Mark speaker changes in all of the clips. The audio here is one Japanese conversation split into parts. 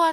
Speaker 1: は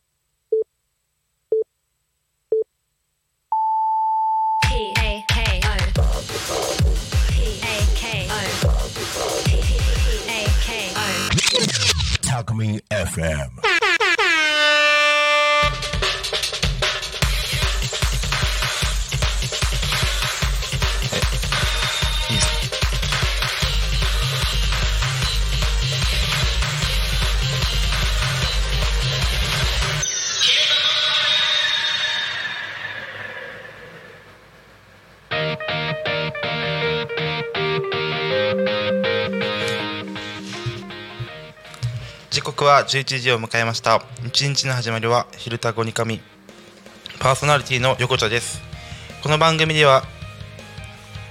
Speaker 2: P A K O. P A K O. P A K O.
Speaker 3: Talk Me FM.
Speaker 4: 「時刻は11時を迎えました一日の始まりは「昼太鼓に神」パーソナリティの横丁ですこの番組では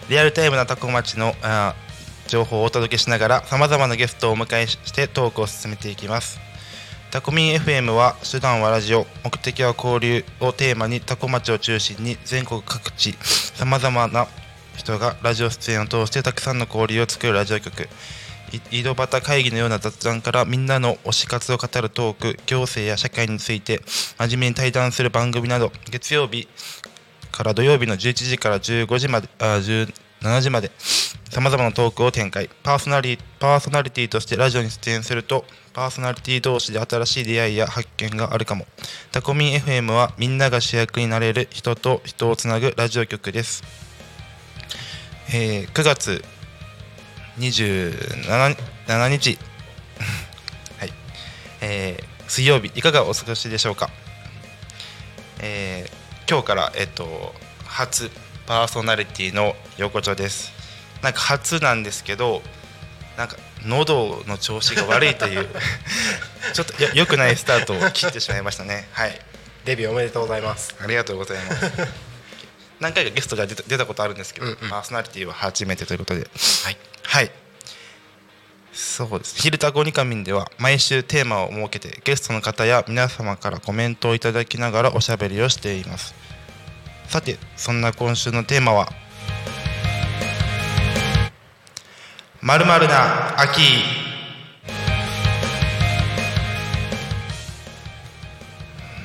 Speaker 4: リアルタイムなタコ町のあー情報をお届けしながらさまざまなゲストをお迎えしてトークを進めていきますタコミン FM は手段はラジオ目的は交流をテーマにタコ町を中心に全国各地さまざまな人がラジオ出演を通してたくさんの交流を作るラジオ局い井戸端会議のような雑談からみんなの推し活を語るトーク行政や社会について真面目に対談する番組など月曜日から土曜日の11時から15時まであ17時までさまざまなトークを展開パーソナリパーソナリティとしてラジオに出演するとパーソナリティ同士で新しい出会いや発見があるかもタコミン FM はみんなが主役になれる人と人をつなぐラジオ局です、えー9月27 7日、 はいえー水曜日いかがお過ごしでしょうか、えー今日から、えっと初パーソナリティの横丁ですなんか初なんですけどなんか喉の調子が悪いという ちょっとよ良くないスタートを切ってしまいましたねはい
Speaker 5: デビューおめでとうございます
Speaker 4: ありがとうございます。何回かゲストが出た出たことあるんですけど、パーソナリティは初めてということで、はい、そうです。昼太鼓にかみんでは毎週テーマを設けてゲストの方や皆様からコメントをいただきながらおしゃべりをしています。さて、そんな今週のテーマは。まるまるな秋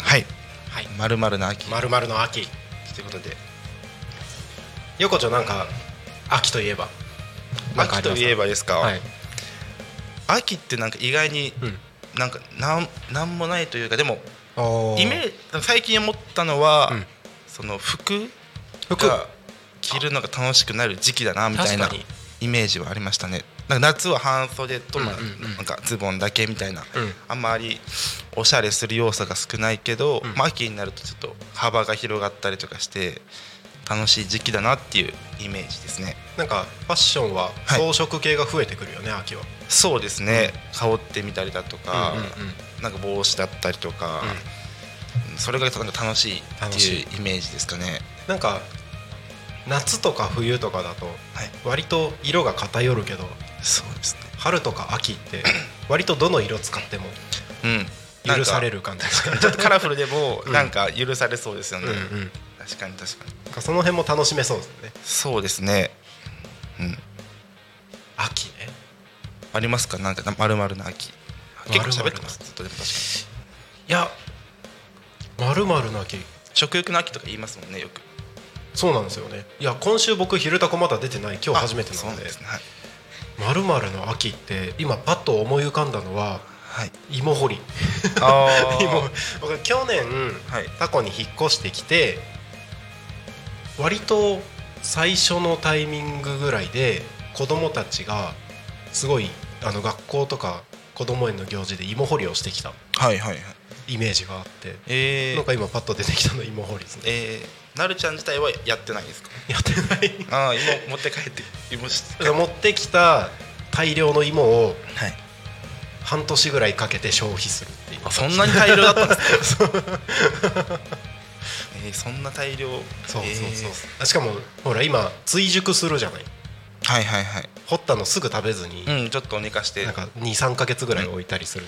Speaker 4: はい、はい、まるまるな秋
Speaker 5: まるまるの秋
Speaker 4: ということで
Speaker 5: 横丁なんか秋といえばなんかあ
Speaker 4: 秋
Speaker 5: りま
Speaker 4: と
Speaker 5: す
Speaker 4: いえばですか、
Speaker 5: はい
Speaker 4: 秋ってなんか意外に、
Speaker 5: うん
Speaker 4: なんかなんなんもないというかでもイ
Speaker 5: イ
Speaker 4: メ
Speaker 5: メージ
Speaker 4: ージ最近思ったのは、
Speaker 5: うん
Speaker 4: その服
Speaker 5: 服
Speaker 4: が着るのが楽しくなる時期だなみたいな
Speaker 5: 確かに
Speaker 4: イメージはありましたねなんか夏は半袖と、まあ
Speaker 5: うんうんうん
Speaker 4: なんかズボンだけみたいな、
Speaker 5: うん
Speaker 4: あんまりおしゃれする要素が少ないけど、
Speaker 5: ん
Speaker 4: まあ、秋になるとちょっと幅が広がったりとかして楽しい時期だなっていうイメージですね
Speaker 5: なんかファッションは
Speaker 4: はい
Speaker 5: 装飾系が増えてくるよね秋は
Speaker 4: そうですね、羽織ってみたりだとか、
Speaker 5: うんうん
Speaker 4: なんか帽子だったりとか、それがなんか楽しいって
Speaker 5: 楽しい
Speaker 4: いうイメージですかね
Speaker 5: なんか夏とか冬とかだと
Speaker 4: はい
Speaker 5: 割と色が偏るけど
Speaker 4: そうですね
Speaker 5: 春とか 秋って割とどの色使っても
Speaker 4: うんなんか
Speaker 5: 許される感じですね
Speaker 4: ちょっとカラフルでも
Speaker 5: うん
Speaker 4: なんか許されそうですよね、
Speaker 5: うんうん
Speaker 4: 確かに確かに
Speaker 5: なんかその辺も楽しめそうですね
Speaker 4: そうですねうん
Speaker 5: 秋ね
Speaker 4: ありますかなんかまるまるな秋結構喋ってますずっとでも確かに
Speaker 5: いやまるまるな秋
Speaker 4: 食欲の秋とか言いますもんねよく
Speaker 5: そうなんですよねいや今週僕「昼タコ」まだ出てない今日初めてな
Speaker 4: あそう
Speaker 5: ので
Speaker 4: ですねはい、
Speaker 5: 「まるまるの秋」って今パッと思い浮かんだのは
Speaker 4: はい、
Speaker 5: 芋掘り
Speaker 4: あ
Speaker 5: 芋僕去年
Speaker 4: はい
Speaker 5: タコに引っ越してきて割と最初のタイミングぐらいで子供たちがすごいあの学校とか子供園の行事で芋掘りをしてきた
Speaker 4: はいはいはい
Speaker 5: イメージがあって
Speaker 4: え
Speaker 5: な
Speaker 4: ー
Speaker 5: ん、か今パッと出てきたの芋掘りですね
Speaker 4: えー、なるちゃん自体はやってないですか
Speaker 5: やってない
Speaker 4: ああ芋持って帰って芋して
Speaker 5: 持ってきた大量の芋を
Speaker 4: はい
Speaker 5: 半年ぐらいかけて消費するっていう
Speaker 4: そんなに大量だったんですか
Speaker 5: そう
Speaker 4: えーそんな大量
Speaker 5: そうそうそう、
Speaker 4: え
Speaker 5: あしかもほら今追熟するじゃない
Speaker 4: ーはいはいはい
Speaker 5: 掘ったのすぐ食べずに、
Speaker 4: うんちょっと寝かして
Speaker 5: なんか23か月ぐらい置いたりする、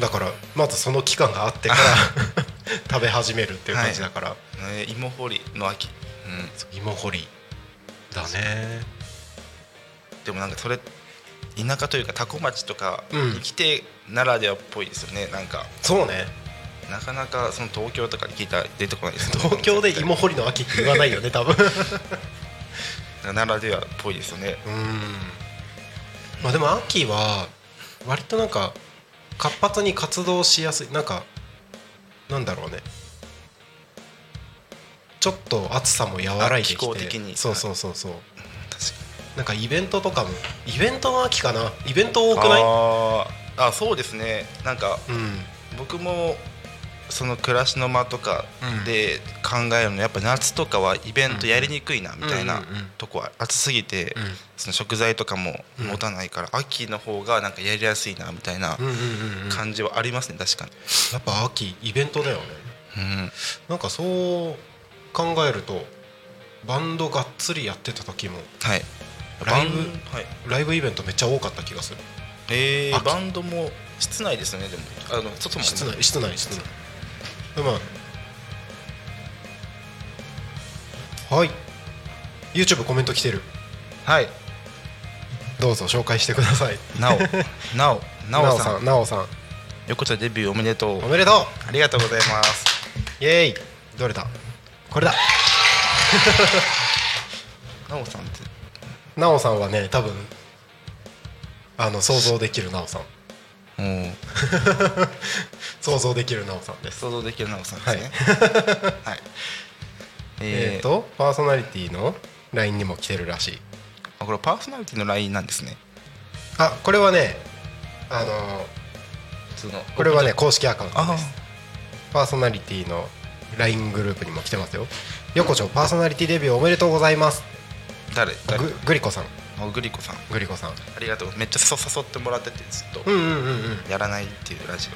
Speaker 5: だからまずその期間があってから 食べ始めるっていう感じだから、
Speaker 4: えー芋掘りの秋、うん、
Speaker 5: 芋掘りだね
Speaker 4: でもなんかそれ田舎というか多古町とか
Speaker 5: うん
Speaker 4: 生きてならではっぽいですよね、なんか
Speaker 5: そうね
Speaker 4: なかなかその東京とかで聞いたら出てこないですよね
Speaker 5: 東京で芋掘りの秋って言わないよね多分
Speaker 4: ならではっぽいですよね
Speaker 5: うんまあでも秋は割となんか活発に活動しやすいなんかなんだろうねちょっと暑さも和らいできて
Speaker 4: あ気候的に
Speaker 5: そうそうそうそう
Speaker 4: 確かに
Speaker 5: なんかイベントとかもイベントの秋かなイベント多くない
Speaker 4: あーあそうですねなんか
Speaker 5: うん
Speaker 4: 僕もその暮らしの間とかで考えるのやっぱ夏とかはイベントやりにくいなみたいな
Speaker 5: うんうんうん
Speaker 4: とこは暑すぎて
Speaker 5: うん
Speaker 4: その食材とかも持たないから秋の方がなんかやりやすいなみたいな
Speaker 5: うんうんうんうんや
Speaker 4: 感じはありますね確かに、
Speaker 5: っぱ秋イベントだよね
Speaker 4: うん、
Speaker 5: なんかそう考えるとバンドがっつりやってた時も
Speaker 4: はい
Speaker 5: ライブ
Speaker 4: バンはい
Speaker 5: ライブイベントめっちゃ多かった気がする
Speaker 4: え
Speaker 5: 秋
Speaker 4: ー、バンドも室内ですよねでもあの外も
Speaker 5: 室内室内室内でまあはい YouTube コメント来てる
Speaker 4: はい
Speaker 5: どうぞ紹介してください
Speaker 4: なお なおなおさん
Speaker 5: なおさん
Speaker 4: 横田デビューおめでとう
Speaker 5: おめでとう
Speaker 4: ありがとうございます
Speaker 5: イエーイどれだこれだ
Speaker 4: なおさんって
Speaker 5: なおさんはね多分あの想像できるなおさん
Speaker 4: もう
Speaker 5: 想像できるなおさんです
Speaker 4: 想像できるなおさんですねはい、
Speaker 5: え
Speaker 4: え
Speaker 5: っ、
Speaker 4: ー、と
Speaker 5: とパーソナリティの LINE にも来てるらしい
Speaker 4: あこれパーソナリティの LINE なんですね
Speaker 5: あこれはねあの
Speaker 4: その
Speaker 5: これはね公式アカウント
Speaker 4: あ
Speaker 5: ですパーソナリティの LINE グループにも来てますよ横丁パーソナリティデビューおめでとうございます
Speaker 4: 誰誰
Speaker 5: ぐグリコさん
Speaker 4: あグリコさん
Speaker 5: グリコさん
Speaker 4: ありがとうめっちゃそ誘ってもらっててずっと
Speaker 5: うんうんうんうん
Speaker 4: やらないっていうラジ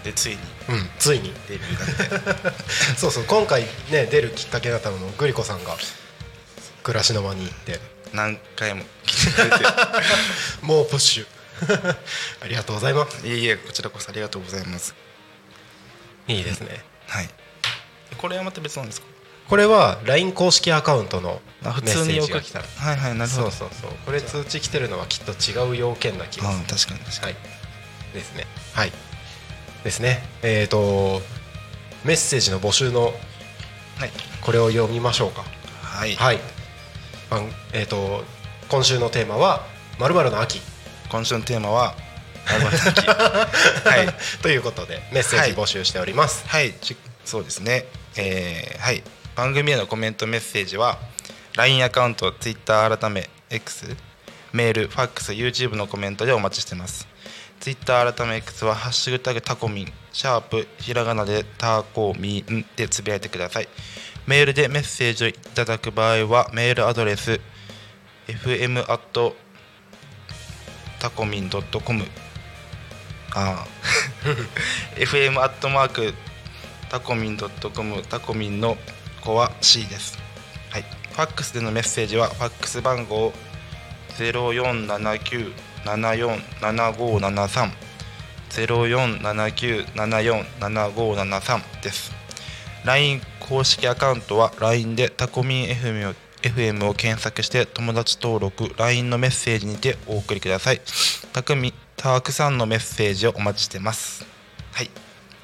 Speaker 4: オでついに
Speaker 5: うんついに
Speaker 4: デビューなんで
Speaker 5: そうそう今回ね出るきっかけだったのもグリコさんが暮らしの間に行って
Speaker 4: 何回も来てくれて
Speaker 5: もうプッシュ ありがとうございます
Speaker 4: いえいえこちらこそありがとうございます
Speaker 5: いいですね
Speaker 4: はいこれはまた別なんですか
Speaker 5: これは LINE 公式アカウントのメ
Speaker 4: あ普
Speaker 5: ッ
Speaker 4: 通
Speaker 5: セ
Speaker 4: に
Speaker 5: ー
Speaker 4: 送
Speaker 5: ジが
Speaker 4: っ
Speaker 5: 来た
Speaker 4: はいはいなるほ
Speaker 5: そ
Speaker 4: ど
Speaker 5: うそうそうこれ通知来てるのはきっと違う要件な気がす
Speaker 4: うん
Speaker 5: る
Speaker 4: 確かに確か
Speaker 5: は
Speaker 4: に、
Speaker 5: いですねはいですねえっ、とメッセージの募集の
Speaker 4: はい
Speaker 5: これを読みましょうか
Speaker 4: はい
Speaker 5: はいあんえっ、と今週のテーマは「まるの秋
Speaker 4: 今週のテーマは「ライバル先はい」
Speaker 5: ということでメッセージ募集しております、
Speaker 4: はい、ちそうですね。えーはい、番組へのコメントメッセージは LINE アカウント、Twitter 改め X、メール、ファックス、YouTube のコメントでお待ちしてます。Twitter 改め X はハッシュタグタコミン、シャープひらがなでタコミンでつぶやいてください。メールでメッセージをいただく場合はメールアドレス fm アットタコミンドットコムあー FM アットマー クタコミン .com タコミンの子は C です、はい、ファックスでのメッセージはファックス番号0479747573 0479747573です。LINE 公式アカウントは LINE でタコミン FM を FM を検索して友達登録 LINE のメッセージにてお送りくださいたくみたくさんのメッセージをお待ちしてますはい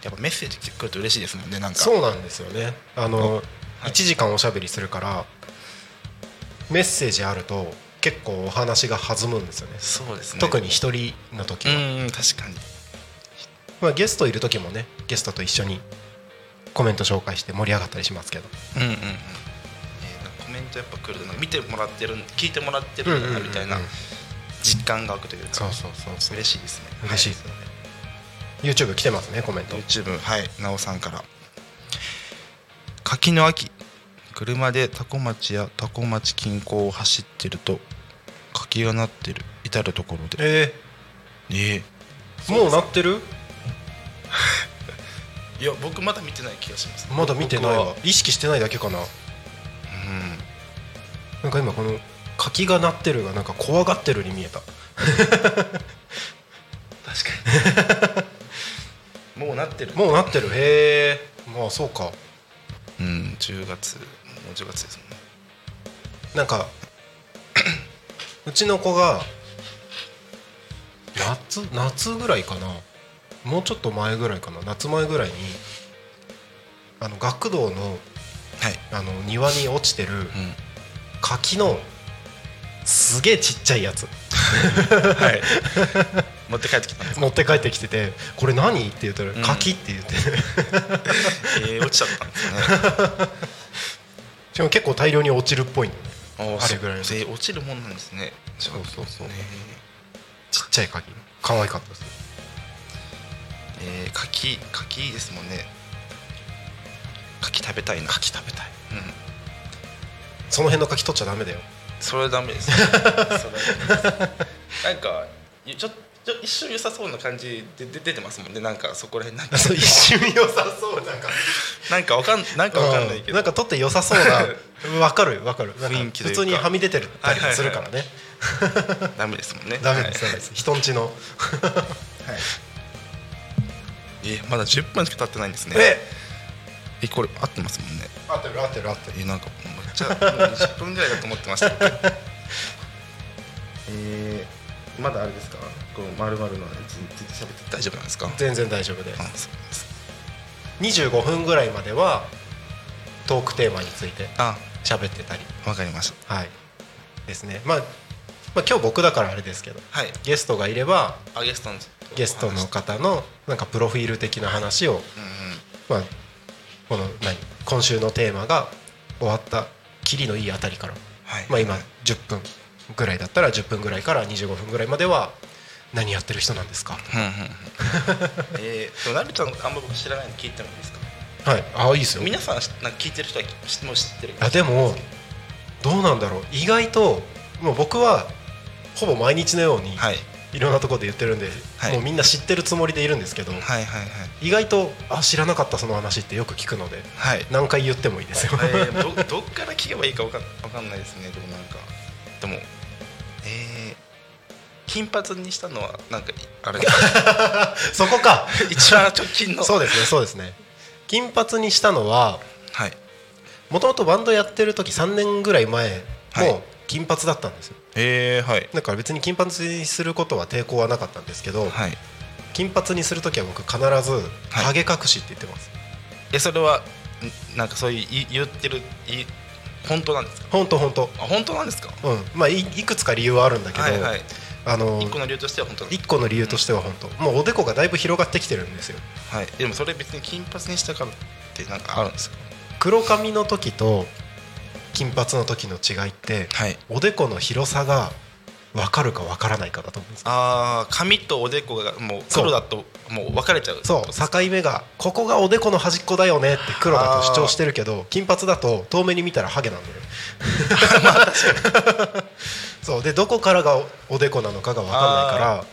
Speaker 4: やっぱメッセージ来てくると嬉しいですもんねなんか
Speaker 5: そうなんですよねあの、
Speaker 4: はい
Speaker 5: 1時間おしゃべりするからメッセージあると結構お話が弾むんですよね
Speaker 4: そうですね
Speaker 5: 特に一人の時
Speaker 4: う
Speaker 5: は、
Speaker 4: んうん確かに
Speaker 5: まあ、ゲストいる時もねゲストと一緒にコメント紹介して盛り上がったりしますけど
Speaker 4: うんうんうん、えーなんかコメントやっぱ来るとなんか見てもらってる聞いてもらってるんだなみたいな
Speaker 5: うんうんうん
Speaker 4: 実感が湧くというか
Speaker 5: そうそうそうそう
Speaker 4: 嬉しいですね
Speaker 5: 嬉しいですよね、YouTube 来てますねコメント
Speaker 4: はい YouTube はいなおさんから柿の秋車で多古町や多古町近郊を走ってると柿がなってる至る所で
Speaker 5: え
Speaker 4: ええ
Speaker 5: ー、もうなってる
Speaker 4: いや僕まだ見てない気がします
Speaker 5: まだ見てない
Speaker 4: 僕
Speaker 5: わ
Speaker 4: は
Speaker 5: 意識してないだけかな
Speaker 4: うん
Speaker 5: なんか今この柿が鳴ってるがなんか怖がってるに見えた
Speaker 4: 確かにもうなってる
Speaker 5: もうなってるへえまあそうか
Speaker 4: うん10月もう10月ですもんね
Speaker 5: なんか うちの子が夏夏ぐらいかなもうちょっと前ぐらいかな夏前ぐらいにあの学童の
Speaker 4: はい
Speaker 5: あの庭に落ちてる
Speaker 4: うん
Speaker 5: 柿のすげえちっちゃいやつ
Speaker 4: はい持って帰ってきたんです
Speaker 5: 持って帰ってきてて「これ何?」って言ったら
Speaker 4: ん
Speaker 5: 「柿」って言って、
Speaker 4: えー、落ちちゃったんですね
Speaker 5: しかも結構大量に落ちるっぽいのね
Speaker 4: おー
Speaker 5: あれぐらいの
Speaker 4: そうえー落ちるもんなんですね
Speaker 5: そうそうそう
Speaker 4: え
Speaker 5: ちっちゃい柿可愛かったです
Speaker 4: ーえー、柿柿いいですもんね柿食べたいな柿食べたいうん
Speaker 5: その辺の柿取っちゃダ メだよ
Speaker 4: それはダメです それはダメですなんかゆちょちょ一瞬良さそうな感じでで出てますもんねなんかそこら辺 なんか
Speaker 5: そう一瞬良さそうな感じ
Speaker 4: なんかわかんなんかわかんないけ
Speaker 5: う
Speaker 4: ど
Speaker 5: んなんか取って良さそうな わかるわかるなんか
Speaker 4: 雰囲気という
Speaker 5: 普
Speaker 4: か
Speaker 5: 通にはみ出てるたりもするからね
Speaker 4: ダメですもんね
Speaker 5: ダメです
Speaker 4: は
Speaker 5: ダメです人んちの
Speaker 4: いはいえまだ10分しか経ってないんですね
Speaker 5: え
Speaker 4: えこれ合ってますもんね
Speaker 5: 合ってる合ってる合ってる
Speaker 4: えなんかめっちゃもう20分ぐらいだと思ってました僕えーまだあれですかこの丸々のやつについて喋って大丈夫なんですか
Speaker 5: 全然大丈夫で
Speaker 4: あそうなんです
Speaker 5: 25分ぐらいまではトークテーマについて
Speaker 4: あ
Speaker 5: 喋ってたり
Speaker 4: わかりました
Speaker 5: はいですねまあまあ今日僕だからあれですけど
Speaker 4: はい
Speaker 5: ゲストがいれば
Speaker 4: あゲストの
Speaker 5: ゲスト
Speaker 4: うんう
Speaker 5: の
Speaker 4: ん
Speaker 5: 方のなんかプロフィール的な話をまあこの何今週のテーマが終わったきりのいいあたりから
Speaker 4: はい
Speaker 5: まあ、今10分ぐらいだったら10分ぐらいから25分ぐらいまでは何やってる人なんですか
Speaker 4: うんうんうんえー、でもなるちゃんのことあんま僕知らないの聞いてもいいですか
Speaker 5: はいああいいですよ
Speaker 4: 皆さんしなんか聞いてる人はきもう知ってる
Speaker 5: あでもどうなんだろう意外ともう僕はほぼ毎日のように
Speaker 4: はい
Speaker 5: いろんなところで言ってるんで、
Speaker 4: はい
Speaker 5: もうみんな知ってるつもりでいるんですけど、
Speaker 4: はいはい
Speaker 5: 意外とあ知らなかったその話ってよく聞くので
Speaker 4: はい
Speaker 5: 何回言ってもいいですよ、
Speaker 4: はい、えー、ど どっから聞けばいいかわかんわかんないですねでもなんかでもえー、金髪にしたのはなんかあれ
Speaker 5: そこか
Speaker 4: 一番直近の
Speaker 5: そうですねそうですね金髪にしたのは
Speaker 4: はい
Speaker 5: もともとバンドやってる時3年ぐらい前
Speaker 4: は
Speaker 5: も
Speaker 4: い
Speaker 5: 金髪だったんですよ、
Speaker 4: えー、はい
Speaker 5: だから別に金髪にすることは抵抗はなかったんですけど、
Speaker 4: はい
Speaker 5: 金髪にするときは僕必ずハゲ隠しって言ってます、
Speaker 4: えそれはんなんかそういうい言ってるい本当なんですか
Speaker 5: ほんとほんと
Speaker 4: あ本当なんですか
Speaker 5: うんまあいいくつか理由はあるんだけど、
Speaker 4: はいはい
Speaker 5: あの
Speaker 4: 一個の理由としては本当なんです
Speaker 5: 一個の理由としては本当もうおでこがだいぶ広がってきてるんですよ
Speaker 4: はい、でもそれ別に金髪にしたからってなんかあるんですか
Speaker 5: 黒髪の時と金髪の時の違いって
Speaker 4: はい
Speaker 5: おでこの広さが分かるか分からないかだと思うんですよ
Speaker 4: ああ髪とおでこがもう黒だともう分かれちゃう
Speaker 5: そう境目がここがおでこの端っこだよねって黒だと主張してるけど金髪だと遠目に見たらハゲなん だよ そうでどこからがおおでこなのかが分かんないか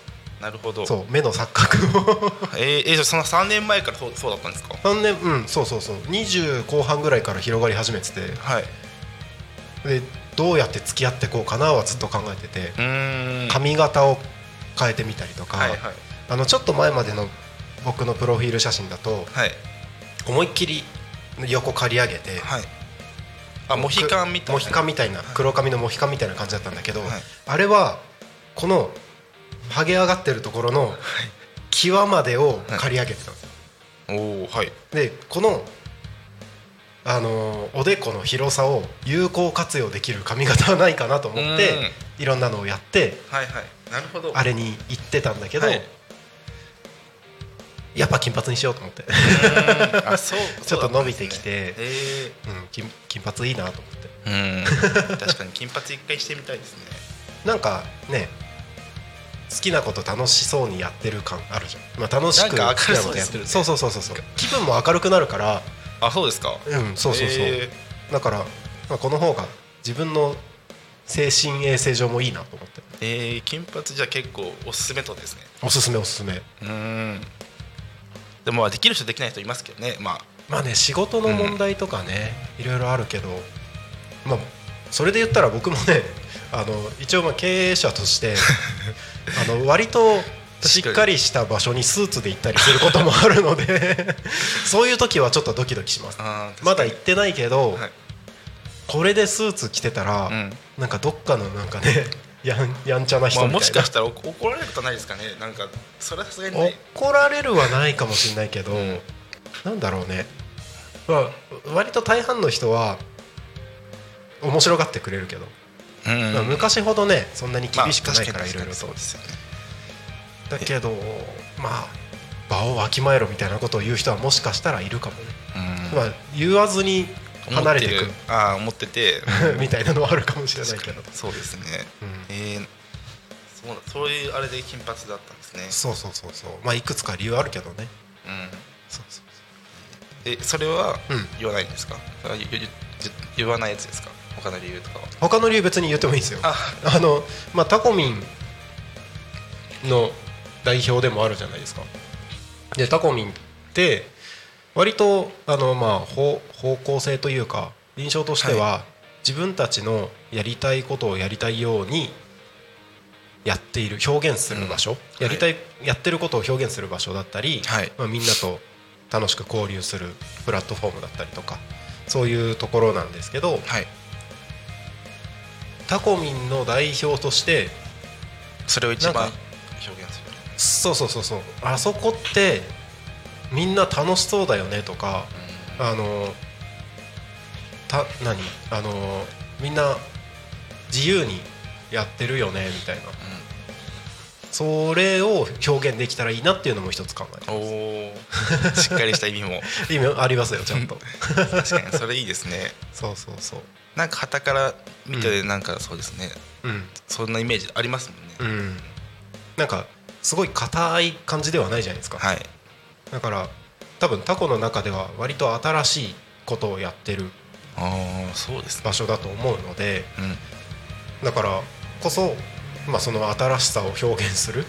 Speaker 4: なるほど
Speaker 5: らそう目の錯覚を
Speaker 4: えー、えーじゃあその3年前からそうそうだったんですか
Speaker 5: 3年うんそうそうそう20後半ぐらいから広がり始めてて
Speaker 4: はい
Speaker 5: でどうやって付き合ってこうかなはずっと考えてて
Speaker 4: うーん
Speaker 5: 髪型を変えてみたりとか、
Speaker 4: はいはい
Speaker 5: あのちょっと前までの僕のプロフィール写真だと
Speaker 4: はい
Speaker 5: 思いっきり横刈り上げて、
Speaker 4: はいあモヒカンみたいな
Speaker 5: モヒカンみたいな黒髪のモヒカンみたいな感じだったんだけど、
Speaker 4: はい
Speaker 5: あれはこのハゲ上がってるところの際までを刈り上げてたんですよ、
Speaker 4: おおはい
Speaker 5: でこのあのーおでこの広さを有効活用できる髪型はないかなと思っていろんなのをやって
Speaker 4: はいはいなるほど
Speaker 5: あれに行ってたんだけど、
Speaker 4: はい
Speaker 5: やっぱ金髪にしようと思 って
Speaker 4: う ーんあそう
Speaker 5: ちょっと伸びてきて
Speaker 4: そうだったんですね
Speaker 5: うん、金金髪いいなと思って
Speaker 4: えー、うん確かに金髪一回してみたいですね
Speaker 5: なんかね好きなこと楽しそうにやってる感あるじゃん、まあ、楽しく
Speaker 4: な
Speaker 5: 好
Speaker 4: んか
Speaker 5: き
Speaker 4: 明る
Speaker 5: な
Speaker 4: そう
Speaker 5: こと
Speaker 4: で
Speaker 5: や
Speaker 4: す
Speaker 5: って
Speaker 4: ね
Speaker 5: るそうそうそうそうそう気分も明るくなるから
Speaker 4: あそうですか
Speaker 5: うんそうそうそう、
Speaker 4: え
Speaker 5: だから、まあ、この方が自分の精神衛生上もいいなと思って
Speaker 4: ー、えー金髪じゃあ結構おすすめとですね
Speaker 5: おすすめおすすめ
Speaker 4: うーんでもまあできる人できない人いますけどねまあ
Speaker 5: まあね仕事の問題とかね、いろいろあるけどまあそれで言ったら僕もねあの一応まあ経営者として あの割としっかりした場所にスーツで行ったりすることもあるの でそういう時はちょっとドキドキします
Speaker 4: あー
Speaker 5: まだ行ってないけど、
Speaker 4: はい
Speaker 5: これでスーツ着てたら、
Speaker 4: うん
Speaker 5: なんかどっかのなんかねやんやんちゃな人
Speaker 4: まあ、
Speaker 5: みたいな、
Speaker 4: もしかしたらお怒られることはないですかねなんかそれはさすがにない
Speaker 5: 怒られるはないかもしれないけど、
Speaker 4: うん
Speaker 5: なんだろうね、まあ、割と大半の人は面白がってくれるけど、
Speaker 4: うん
Speaker 5: まあ、昔ほどねそんなに
Speaker 4: まあ
Speaker 5: 厳しくないからい
Speaker 4: 確
Speaker 5: ろい
Speaker 4: に
Speaker 5: ろと
Speaker 4: そうですよね
Speaker 5: だけどまあ場をわきまえろみたいなことを言う人はもしかしたらいるかもね、
Speaker 4: うん
Speaker 5: まあ、言わずに
Speaker 4: 思
Speaker 5: 離れてい
Speaker 4: っ
Speaker 5: く
Speaker 4: るああ思って て
Speaker 5: みたいなのはあるかもしれないけど、
Speaker 4: そうですね
Speaker 5: うん
Speaker 4: えー、そうそういうあれで金髪だったんですね
Speaker 5: そうそうそうそうまあいくつか理由あるけどね
Speaker 4: うん
Speaker 5: そうそう
Speaker 4: えそれは
Speaker 5: うん
Speaker 4: 言わないんですか、それは言言言わないやつですか他の理由とかは
Speaker 5: 他の理由別に言ってもいいですよ
Speaker 4: あ
Speaker 5: あのまあタコミンの代表でもあるじゃないですかでタコミンって割とあの、まあ、方方向性というか印象としては、自分たちのやりたいことをやりたいようにやっている表現する場所、
Speaker 4: い
Speaker 5: やりたい、やってることを表現する場所だったり、
Speaker 4: はい
Speaker 5: まあ、みんなと楽しく交流するプラットフォームだったりとかそういうところなんですけど、
Speaker 4: はい
Speaker 5: タコミンの代表として
Speaker 4: それを一番
Speaker 5: なん
Speaker 4: 表
Speaker 5: か
Speaker 4: 現する
Speaker 5: そうそうそうそうあそこってみんな楽しそうだよねとかあのた何あのみんな自由にやってるよねみたいなそれを表現できたらいいなっていうのも一つ考えて
Speaker 4: うん、お おしっかりした意味も
Speaker 5: ます意味ありますよちゃんと
Speaker 4: 確かにそれいいですね
Speaker 5: そうそうそう
Speaker 4: なんか旗から見てなんかそうですね、
Speaker 5: うん
Speaker 4: そんなイメージありますもんね、
Speaker 5: うんなんかすごい硬い感じではないじゃないですか、
Speaker 4: はい
Speaker 5: だから多分タコの中では割と新しいことをやってる
Speaker 4: ああそうですね
Speaker 5: 場所だと思うので
Speaker 4: うん
Speaker 5: だからこそ、まあ、その新しさを表現する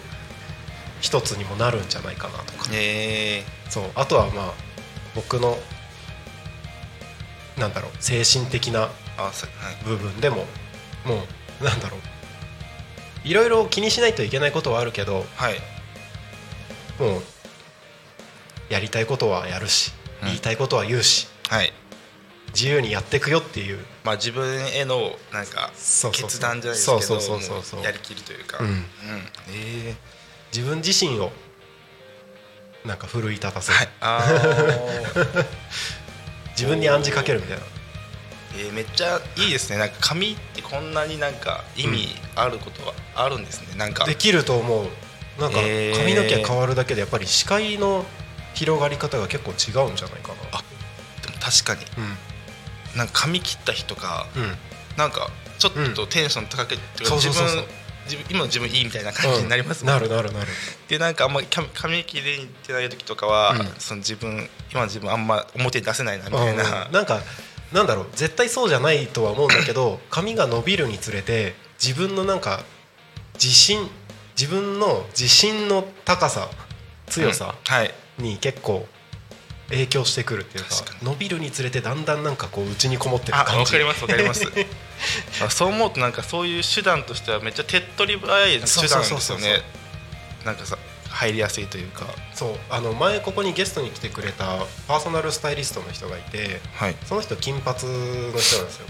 Speaker 5: 一つにもなるんじゃないかなとか
Speaker 4: え
Speaker 5: そうあとはまあ僕のなんだろう精神的な
Speaker 4: ー、あそはい
Speaker 5: 部分でももうなんだろういろいろ気にしないといけないことはあるけど
Speaker 4: はい
Speaker 5: もうやりたいことはやるし
Speaker 4: うん
Speaker 5: 言いたいことは言うし、
Speaker 4: はい
Speaker 5: 自由にやっていくよっていう、
Speaker 4: まあ自分へのなんか
Speaker 5: そうそうそう
Speaker 4: 決断じゃないですけど
Speaker 5: そうそうそうそうそう
Speaker 4: もやりきるというか、
Speaker 5: う
Speaker 4: う
Speaker 5: ん
Speaker 4: んえー
Speaker 5: 自分自身をなんか奮い立たせる、
Speaker 4: はい、あー
Speaker 5: 自分に暗示かけるみたいな
Speaker 4: えーめっちゃいいですねなんか紙ってこんなになんか意味あることはあるんですね、なんか
Speaker 5: できると思うなんか
Speaker 4: えー
Speaker 5: 髪の毛変わるだけでやっぱり視界の広がり方が結構違うんじゃないかな
Speaker 4: あでも確かに
Speaker 5: う
Speaker 4: なんか髪切った日とか
Speaker 5: んうん
Speaker 4: なんかちょっとテンション高くっていうか、
Speaker 5: そう
Speaker 4: 自
Speaker 5: そうそう
Speaker 4: 分
Speaker 5: そう
Speaker 4: 自分今の自分いいみたいな感じになりますもん
Speaker 5: なるなるなる
Speaker 4: でなんかあんまり髪髪切りに行ってない時とかは、
Speaker 5: うん
Speaker 4: その自分今の自分あんま表に出せないなみたいな、
Speaker 5: うんなんかなんだろう絶対そうじゃないとは思うんだけど髪が伸びるにつれて自分のなんか自信自分の自信の高さ強さ
Speaker 4: うんはい
Speaker 5: に結構影響してくるっていうか
Speaker 4: 確かに
Speaker 5: 伸びるにつれてだんだんなんかこう内にこもってる
Speaker 4: あ
Speaker 5: 感じ
Speaker 4: わかりますわかります あそう思うとなんかそういう手段としてはめっちゃ手っ取り早い手
Speaker 5: そうそ
Speaker 4: 段
Speaker 5: う
Speaker 4: です
Speaker 5: そう
Speaker 4: よね
Speaker 5: そう
Speaker 4: なんかさ入りやすいというか
Speaker 5: そうあの前ここにゲストに来てくれたパーソナルスタイリストの人がいて
Speaker 4: はい
Speaker 5: その人金髪の人なんですよ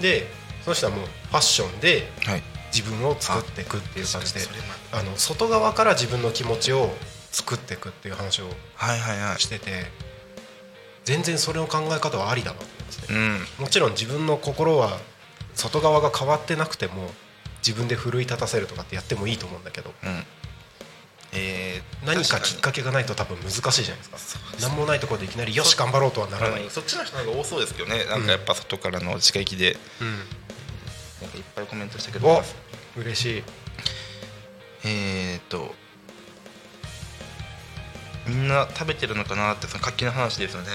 Speaker 5: でその人はもうファッションで
Speaker 4: はい
Speaker 5: 自分を作っていくっていう感じで
Speaker 4: それも
Speaker 5: あの外側から自分の気持ちを作っていくっていう話を
Speaker 4: はいはいはい
Speaker 5: してて全然それの考え方はありだなと思いますね
Speaker 4: うん
Speaker 5: もちろん自分の心は外側が変わってなくても自分で奮い立たせるとかってやってもいいと思うんだけど
Speaker 4: うんえー、
Speaker 5: 何かきっ
Speaker 4: け
Speaker 5: かけがないと多分難しいじゃないですか
Speaker 4: そうですね
Speaker 5: 何もないところでいきなりよし頑張ろうとはならない、うん、
Speaker 4: そっちの人の方が多そうですけどねなんかやっぱ外からの刺激で、なんかいっぱいコメントしてくれてます
Speaker 5: お嬉しい
Speaker 4: えー、っとみんな食べてるのかなってその活気の話ですよね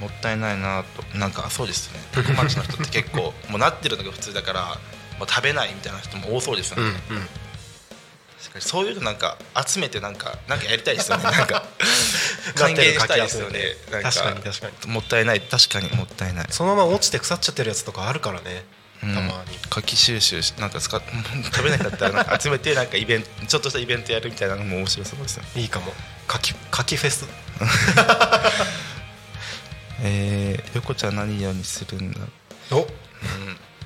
Speaker 4: もったいないなとなんかそうですね高町の人って結 構もうなってるのが普通だからもう食べないみたいな人も多そうですよね、
Speaker 5: うんうん
Speaker 4: 確確かにそういうのなんか集めてなんかなんかやりたいですよ ねなんか
Speaker 5: な
Speaker 4: 還
Speaker 5: っ
Speaker 4: 元
Speaker 5: てる
Speaker 4: したいですよね
Speaker 5: 書
Speaker 4: な
Speaker 5: き集めて
Speaker 4: んか
Speaker 5: 確かに確かに
Speaker 4: もったいない確かにもったいない、
Speaker 5: そのまま落ちて腐っちゃってるやつとかあるからね
Speaker 4: う
Speaker 5: た
Speaker 4: ん、
Speaker 5: まに、
Speaker 4: 柿収集しなんか使っ 食べなかったらなんか集めてなんかイベントちょっとしたイベントやるみたいなのも面白そうですよ
Speaker 5: いいかも書き書きフェス
Speaker 4: えー、横ちゃん何ようにするんだ、うん、
Speaker 5: お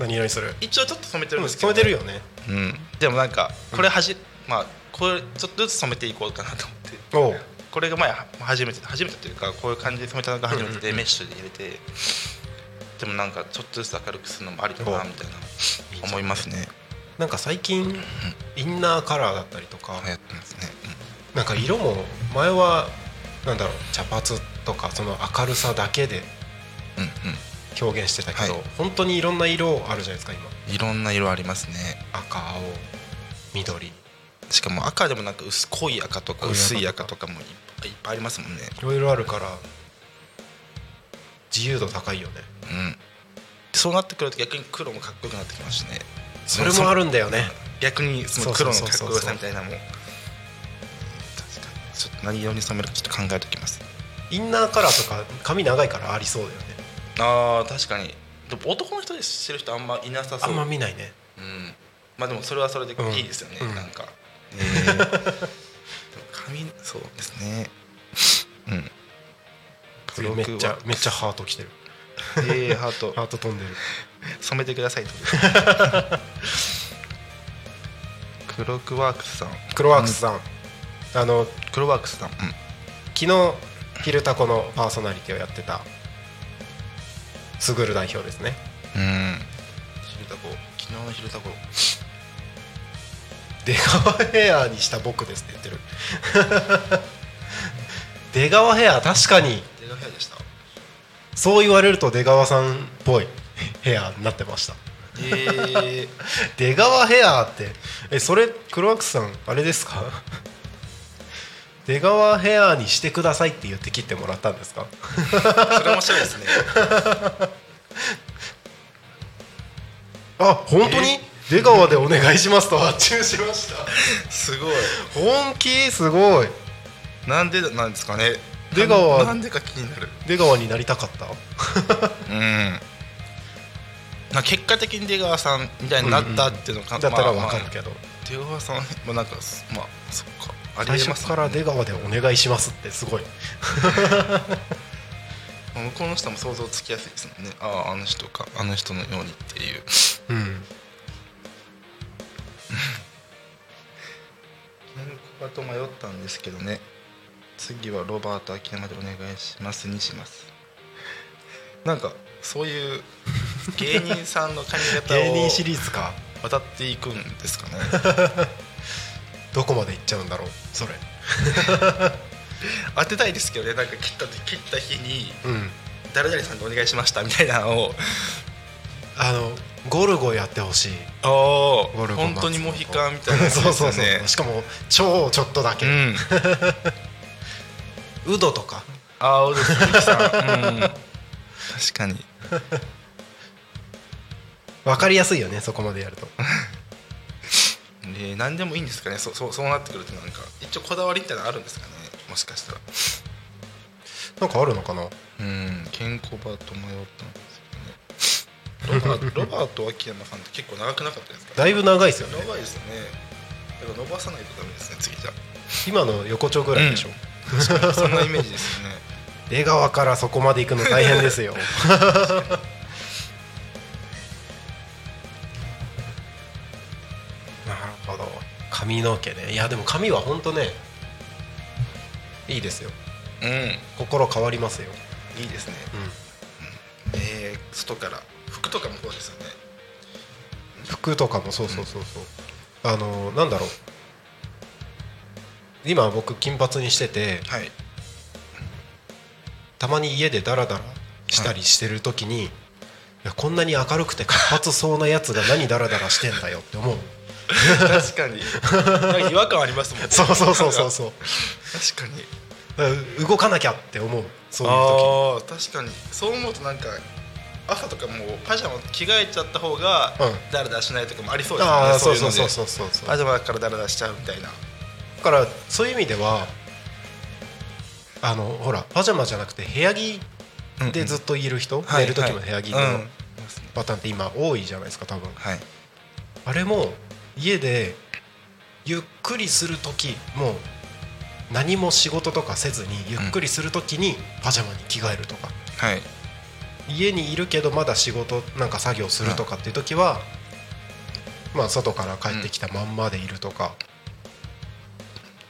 Speaker 5: 何色にする
Speaker 4: 一応ちょっと染めて
Speaker 5: で
Speaker 4: るん
Speaker 5: も
Speaker 4: ですけど、
Speaker 5: 染めてるよね
Speaker 4: うん、でもなんかこれはじ、まあこれちょっとずつ染めていこうかなと思って
Speaker 5: おう
Speaker 4: これが前は初めて初めてというかこういう感じで染めたのが初めて
Speaker 5: うんうんう
Speaker 4: で
Speaker 5: ん
Speaker 4: メッシュで入れてでもなんかちょっとずつ明るくするのもありかなみたいな思いますね
Speaker 5: なんか最近インナーカラーだったりとか、
Speaker 4: やってますね
Speaker 5: なんか色も前はなんだろう茶髪とかその明るさだけで
Speaker 4: うんうん
Speaker 5: 表現してたけど、
Speaker 4: はい
Speaker 5: 本当にいろんな色あるじゃないですか今
Speaker 4: うんいろんな色ありますね
Speaker 5: 赤青緑い
Speaker 4: しかも赤でもなんか薄濃い赤とか
Speaker 5: 濃い赤
Speaker 4: 薄
Speaker 5: とか
Speaker 4: い赤とかもいっぱいいっぱいありますもんね
Speaker 5: ろいろあるから自由度高いよね
Speaker 4: うんそうなってくると逆に黒もかっこよくなってきましたね
Speaker 5: それもあるんだよね
Speaker 4: 逆にその黒のかっこよ
Speaker 5: そうそうそうそ
Speaker 4: さ
Speaker 5: う
Speaker 4: みたいなのもうん確かにちょっと何色に染めるかちょっと考えておきます
Speaker 5: インナーカラーとか髪長いからありそうだよね
Speaker 4: あー確かにでも男の人で知る人あんまいなさ
Speaker 5: あ
Speaker 4: そうん
Speaker 5: ま見ないね
Speaker 4: うん、まあでもそれはそれで
Speaker 5: うん
Speaker 4: いいですよね、
Speaker 5: うん
Speaker 4: なんか、えー髪そうですねうん
Speaker 5: 次めっちゃめっちゃハートきてる
Speaker 4: えー、ハート
Speaker 5: ハート飛んでる
Speaker 4: 染めてくださいと クロクワークスさん
Speaker 5: クロワークスさん、あの
Speaker 4: クロワークスさん、うん、
Speaker 5: 昨日ヒルタコのパーソナリティをやってたスグル代表ですね
Speaker 4: うん昼タコ昨日の昼タコ
Speaker 5: 出川ヘアにした僕ですって言ってる 出川ヘア確かに
Speaker 4: 出川部屋でした
Speaker 5: そう言われると出川さんっぽいヘアになってました
Speaker 4: えー、
Speaker 5: 出川ヘアってえそれクロワックスさんあれですか出川ヘアにしてくださいって言って切ってもらったんですか
Speaker 4: それ面白いですね
Speaker 5: あ本当に、
Speaker 4: え
Speaker 5: 出川でお願いしますと発注しました
Speaker 4: すごい
Speaker 5: 本気すごい
Speaker 4: なんでなんですかね
Speaker 5: 出川
Speaker 4: なんでか気になる
Speaker 5: 出川になりたかった
Speaker 4: うんまあ結果的に出川さんみたいになったっていうのか
Speaker 5: だったら
Speaker 4: まあ
Speaker 5: わかるけど、
Speaker 4: まあ出川さんもなんかまあそっかありえ
Speaker 5: 最
Speaker 4: ます
Speaker 5: 初
Speaker 4: も
Speaker 5: か
Speaker 4: ん
Speaker 5: ら
Speaker 4: ね
Speaker 5: 出川でお願いしますってすごい
Speaker 4: まあ向こうの人も想像つきやすいですもんねあああの人かあの人のようにっていう
Speaker 5: うん
Speaker 4: 金子と迷ったんですけどね次はロバート秋山でお願いしますにします なんかそういう芸人さんの髪型を
Speaker 5: 芸人シリーズか
Speaker 4: 渡っていくんですかね
Speaker 5: どこまで行っちゃうんだろうそれ
Speaker 4: 当てたいですけどねなんか切った時切った日に
Speaker 5: うん
Speaker 4: 誰々さんでお願いしましたみたいなのを
Speaker 5: あのゴルゴやってほしい
Speaker 4: あ
Speaker 5: ゴルゴ
Speaker 4: 本当にモヒカンみたいな
Speaker 5: そうそう
Speaker 4: です
Speaker 5: そ
Speaker 4: よ
Speaker 5: うしかも超ちょっとだけ、
Speaker 4: うん
Speaker 5: ウドとか
Speaker 4: ああ鈴木さん、 うん、確かに
Speaker 5: 分かりやすいよねそこまでやると
Speaker 4: えー、何でもいいんですかねそそそうなってくるとなんか一応こだわりみたいなのあるんですかねもしかしたら
Speaker 5: なんかあるのかな
Speaker 4: うん健康バーと迷ったんですよねロバー トロバート秋山さんって結構長くなかったですか
Speaker 5: だいぶ長いですよね
Speaker 4: 長いですよねだから伸ばさないとダメですね次じゃ
Speaker 5: 今の横丁ぐらいでしょ、
Speaker 4: う確かにそんなイメージですよね
Speaker 5: 出川からそこまで行くの大 変ですよなるほど髪の毛ねいやでも髪は本当ねいいですよ
Speaker 4: う
Speaker 5: 心変わりますよ、
Speaker 4: んいいですね
Speaker 5: うん、
Speaker 4: えー、外から服とかもそうですよね
Speaker 5: 服とかもそうそうそうそう、あのなんだろう今僕金髪にしてて
Speaker 4: はい
Speaker 5: たまに家でダラダラしたりしてる時に、いやこんなに明るくて活発そうなやつが何ダラダラしてんだよって思う
Speaker 4: 確か になんか違和感ありますもんね
Speaker 5: そうそうそうそうそう
Speaker 4: 確かに
Speaker 5: だから動かなきゃって思うそういう
Speaker 4: あ
Speaker 5: 時
Speaker 4: あー確かにそう思うとなんか朝とかもうパジャマ着替えちゃった方が
Speaker 5: うん
Speaker 4: ダラダラしないとかもありそうですよね、
Speaker 5: ああ
Speaker 4: そ
Speaker 5: そうう
Speaker 4: いう
Speaker 5: そ
Speaker 4: の
Speaker 5: う
Speaker 4: で
Speaker 5: そうそうそうそう
Speaker 4: パジャマだからダラダラしちゃうみたいな
Speaker 5: だからそういう意味ではあのほらパジャマじゃなくて部屋着でずっといる人、
Speaker 4: はい
Speaker 5: 寝る時も部屋着の
Speaker 4: はいうん
Speaker 5: パターンって今多いじゃないですか多分
Speaker 4: はい
Speaker 5: あれも家でゆっくりする時もう何も仕事とかせずにゆっくりする時にパジャマに着替えるとか、
Speaker 4: はい
Speaker 5: 家にいるけどまだ仕事なんか作業するとかっていう時は、まあ外から帰ってきたまんまでいるとか、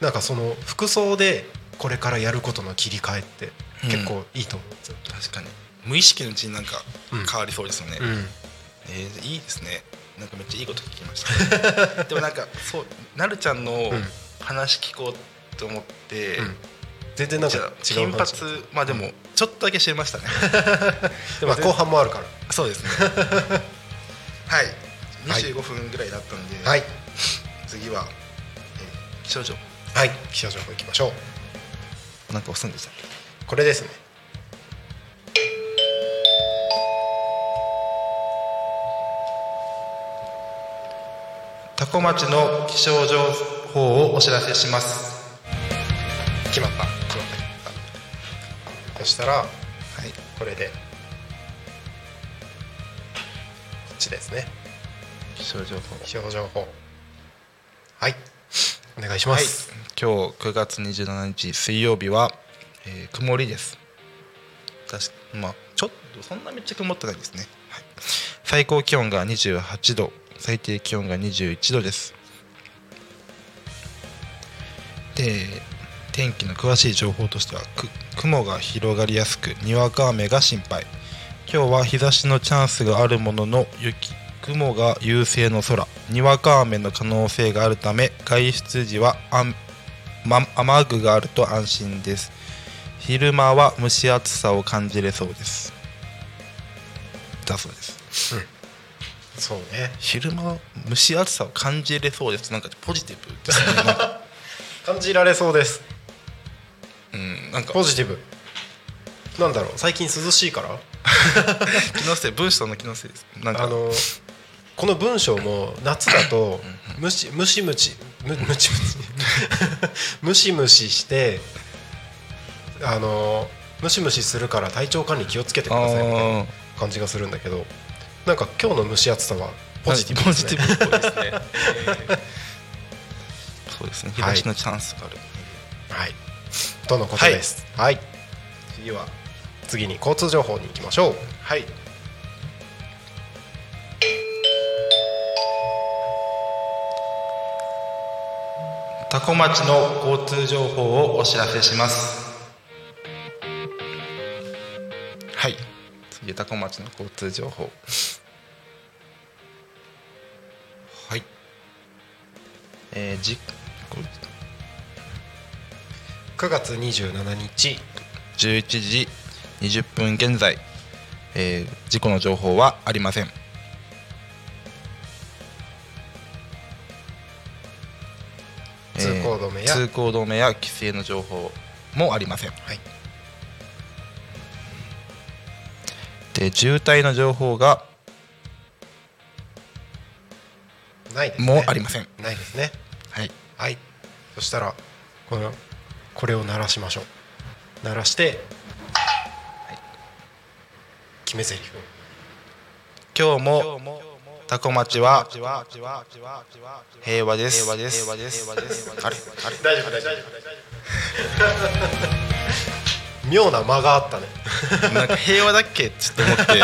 Speaker 5: なんかその服装でこれからやることの切り替えって結構いいと思うんですよ。
Speaker 4: 確かに無意識のうちになんか
Speaker 5: うん
Speaker 4: 変わりそうですよね、
Speaker 5: うん
Speaker 4: えーいいですねなんかめっちゃいいこと聞きました でもなんかそうなるちゃんの
Speaker 5: うん
Speaker 4: 話聞こうと思って、
Speaker 5: うん全然なんか
Speaker 4: じゃあ
Speaker 5: 違
Speaker 4: 金
Speaker 5: う
Speaker 4: 髪
Speaker 5: 話だっ
Speaker 4: まあでもちょっとだけ知れましたね
Speaker 5: たまあ後半もあるから
Speaker 4: そう ですねはい
Speaker 5: はい
Speaker 4: 25分ぐらいだったんで、
Speaker 5: はい
Speaker 4: 次は、えー気象情報
Speaker 5: はい気象情報いきましょう
Speaker 4: なんか押すんでしたっけ
Speaker 5: これですね
Speaker 4: タコ町の気象情報をお知らせします
Speaker 5: 決まった決まった決まったそしたら
Speaker 4: はい
Speaker 5: これでこっちですね
Speaker 4: 気象情報
Speaker 5: 気象情報はいお願いしま
Speaker 4: はい
Speaker 5: す、
Speaker 4: 今日9月27日水曜日は、えー曇りです確かまあちょっとそんなめっちゃ曇ってないですね、はい最高気温が28度最低気温が21度ですで天気の詳しい情報としてはく雲が広がりやすくにわか雨が心配今日は日差しのチャンスがあるものの雪雲が優勢の空にわか雨の可能性があるため外出時はあん、ま、雨具があると安心です昼間は蒸し暑さを感じれそうですだそうです
Speaker 5: そうね
Speaker 4: 昼間は蒸し暑さを感じれそうですなんかポジティブです ねなんか
Speaker 5: 感じられそうです
Speaker 4: うんなんか
Speaker 5: ポジティブなんだろう最近涼しいから
Speaker 4: 気のせい文章の気のせいですなんか
Speaker 5: あのこの文章も夏だとムシムシムチムムチム チムシムシしてあのムシムシするから体調管理気をつけてくださいみたいな感じがするんだけどなんか今日の蒸し暑さはポジティブですね
Speaker 4: ポジティブっぽいですね えーそうですね日差しのチャンスがある、
Speaker 5: はいとのことですはい、
Speaker 4: 次は
Speaker 5: 次に交通情報に行きましょう
Speaker 4: はい多古町の交通情報をお知らせしますはい次多古町の交通情報はいえー、じ
Speaker 5: 9月27日
Speaker 4: 11時20分現在、えー事故の情報はありません
Speaker 5: 通行止めや
Speaker 4: えー通行止めや規制の情報もありません、
Speaker 5: い
Speaker 4: で渋滞の情報が
Speaker 5: ないですね
Speaker 4: もうありません、
Speaker 5: ないですね
Speaker 4: はい、
Speaker 5: はいそしたらこのこれを鳴らしましょう鳴らして、決め台詞を
Speaker 4: 今日もタコ町は平和です平和です平和ですあれあれ
Speaker 5: 大丈夫大丈夫 妙な間があったね
Speaker 4: なんか平和だっけちょっと思って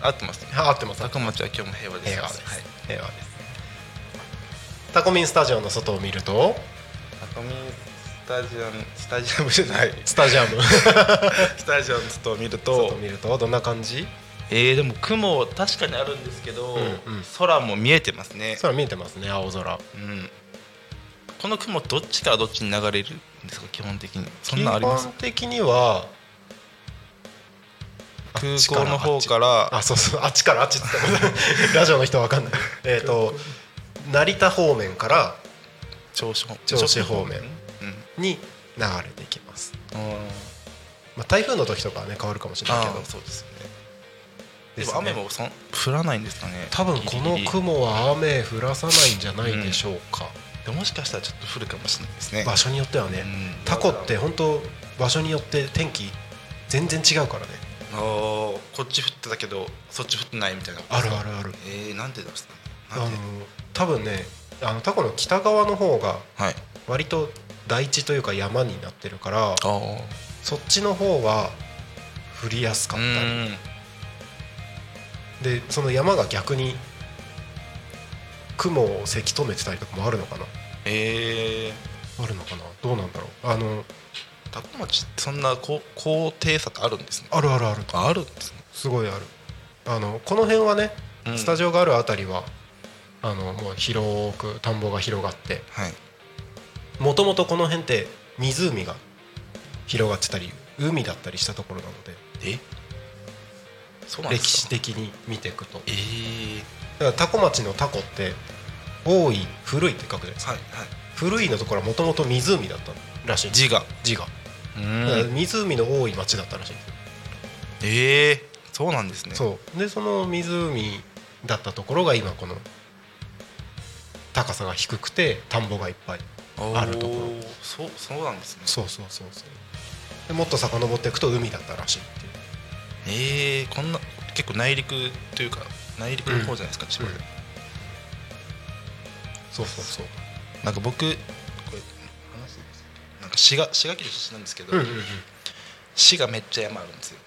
Speaker 4: 合ってますね
Speaker 5: あ合ってます
Speaker 4: 高町は今日も平和です
Speaker 5: 平和です、
Speaker 4: はい、
Speaker 5: 平和ですタコミンスタジオの外を見ると
Speaker 4: 高見スタジアムスタジアムじゃない
Speaker 5: スタジアム
Speaker 4: スタジアムの外を見る
Speaker 5: 外
Speaker 4: と
Speaker 5: を見るとどんな感じ
Speaker 4: えー、でも雲確かにあるんですけど、
Speaker 5: んうん
Speaker 4: 空も見えてますね、
Speaker 5: 空見えてますね青空
Speaker 4: うん、この雲どっちからどっちに流れるんですか基本的にそんなんあります
Speaker 5: 基本的には
Speaker 4: 空港の方からら
Speaker 5: あそうそうあっちからあっちって言ったラジオの人わかんないえっと成田方面から
Speaker 4: 銚子方
Speaker 5: 銚子方面
Speaker 4: うん
Speaker 5: に流れてきます、
Speaker 4: あー
Speaker 5: まあ、台風の時とかはね変わるかもしれない
Speaker 4: あ
Speaker 5: けど
Speaker 4: ーそうですよね
Speaker 5: で
Speaker 4: ですも
Speaker 5: ね
Speaker 4: 雨もそん降らないんですかね
Speaker 5: 多分この
Speaker 4: ギリギリ
Speaker 5: 雲は雨降らさないんじゃないでしょうか、
Speaker 4: でもしかしたらちょっと降るかもしれないですね
Speaker 5: 場所によってはね、
Speaker 4: うん
Speaker 5: タコって本当場所によって天気全然違うからね
Speaker 4: あーこっち降ってたけどそっち降ってないみたいな
Speaker 5: あるあるある
Speaker 4: えー、なんでなんですかね
Speaker 5: あ
Speaker 4: な
Speaker 5: の
Speaker 4: んで
Speaker 5: 多分ねあのタコの北側の方が
Speaker 4: はい
Speaker 5: 割と台地というか山になってるから
Speaker 4: ああ
Speaker 5: そっちの方は降りやすか
Speaker 4: う
Speaker 5: っ
Speaker 4: ん
Speaker 5: たりでその山が逆に雲をせき止めてたりとかもあるのかな
Speaker 4: えー、
Speaker 5: あるのかなどうなんだろうあの
Speaker 4: 多古町ってそんな高高低差ってあるんですね
Speaker 5: あるあるある
Speaker 4: ああるんですね
Speaker 5: すごいあるあのこの辺はね
Speaker 4: うん
Speaker 5: スタジオがあるあたりは、あのもう広く田んぼが広がって
Speaker 4: はい
Speaker 5: もともとこの辺って湖が広がってたり海だったりしたところなので
Speaker 4: えそうなんで
Speaker 5: 歴
Speaker 4: す
Speaker 5: 史
Speaker 4: か
Speaker 5: 的に見ていくと
Speaker 4: えー、
Speaker 5: だからタコ町のタコって多い古いって書くじゃないですか
Speaker 4: はいはい
Speaker 5: 古いのところはもともと湖だったらしい
Speaker 4: 字が
Speaker 5: 字が、
Speaker 4: う
Speaker 5: だから
Speaker 4: ん
Speaker 5: 湖の多い町だったらしいんですよ
Speaker 4: えー、そうなんですね
Speaker 5: そうでその湖だったところが今この高さが低くて田んぼがいっぱい
Speaker 4: あ
Speaker 5: あるところ
Speaker 4: そうそうなんですね
Speaker 5: そうそうそうそうでもっと遡っていくと海だったらしいっていう
Speaker 4: えー、こんな結構内陸というか内陸の方じゃないですか、千葉で、
Speaker 5: うんそうそうそう
Speaker 4: なんか僕これ話していいですかなんか滋賀滋賀県の出身なんですけど、
Speaker 5: うんうんうん
Speaker 4: 滋賀めっちゃ山あるんですよ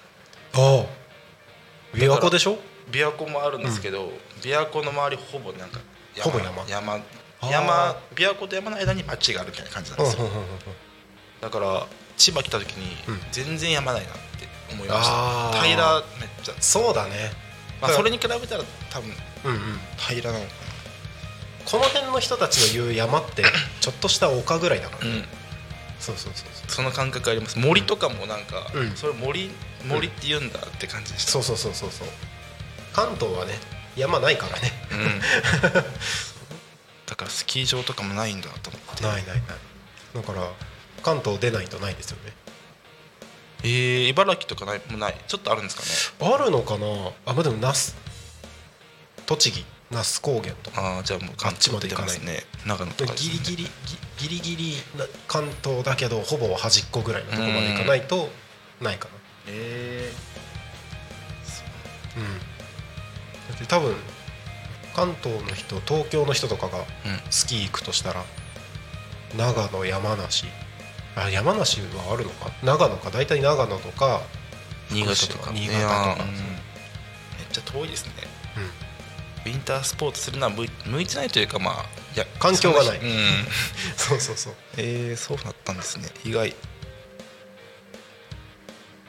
Speaker 5: ああ琵琶湖でしょ
Speaker 4: 琵琶湖もあるんですけど、琵琶湖の周りほぼなんか
Speaker 5: ほぼ山
Speaker 4: 山
Speaker 5: あー
Speaker 4: 山琵琶湖と山の間に町があるみたいな感じなん
Speaker 5: う
Speaker 4: で
Speaker 5: んうん
Speaker 4: すよ、
Speaker 5: うんうんうん
Speaker 4: だから千葉来た時に
Speaker 5: うん
Speaker 4: 全然山ないなって思いました、
Speaker 5: あー
Speaker 4: 平らめっちゃ、
Speaker 5: そうだね
Speaker 4: まあ、それに比べたら多分
Speaker 5: うんうん
Speaker 4: 平らなのか
Speaker 5: この辺の人たちの言う山 ってちょっとした丘ぐらいだから、
Speaker 4: な、
Speaker 5: ね
Speaker 4: うん
Speaker 5: そうそうそうそう
Speaker 4: その感覚あります森とかもなんか、
Speaker 5: うん
Speaker 4: それ森森って言うんだって感じでした、
Speaker 5: そうそうそうそうそう関東はね山ないからね
Speaker 4: うんだからスキー場とかもないんだと思って
Speaker 5: ないないないだから関東出ないとないですよね
Speaker 4: えー、茨城とかないもうないちょっとあるんですかね
Speaker 5: あるのかなあまあでも那須栃木那須高原とか
Speaker 4: ああじゃあもう関東出てますね長野とかです
Speaker 5: ギ
Speaker 4: ね
Speaker 5: リギリギリギリな関東だけどほぼ端っこぐらいのとこまで行かないとないか
Speaker 4: え
Speaker 5: なうんだって多分関東の人東京の人とかが
Speaker 4: ー、うん
Speaker 5: スキー行くとしたら長野山梨あ山梨はあるのか長野か大体長野とか
Speaker 4: 新潟とか
Speaker 5: 新潟
Speaker 4: い
Speaker 5: とか
Speaker 4: やーうんめっちゃ遠いですね
Speaker 5: うん
Speaker 4: ウィンタースポーツするのは向い向いてないというかまあいや
Speaker 5: 環境がない
Speaker 4: そんうん
Speaker 5: そうそうそう、
Speaker 4: えー、そうだったんですね意外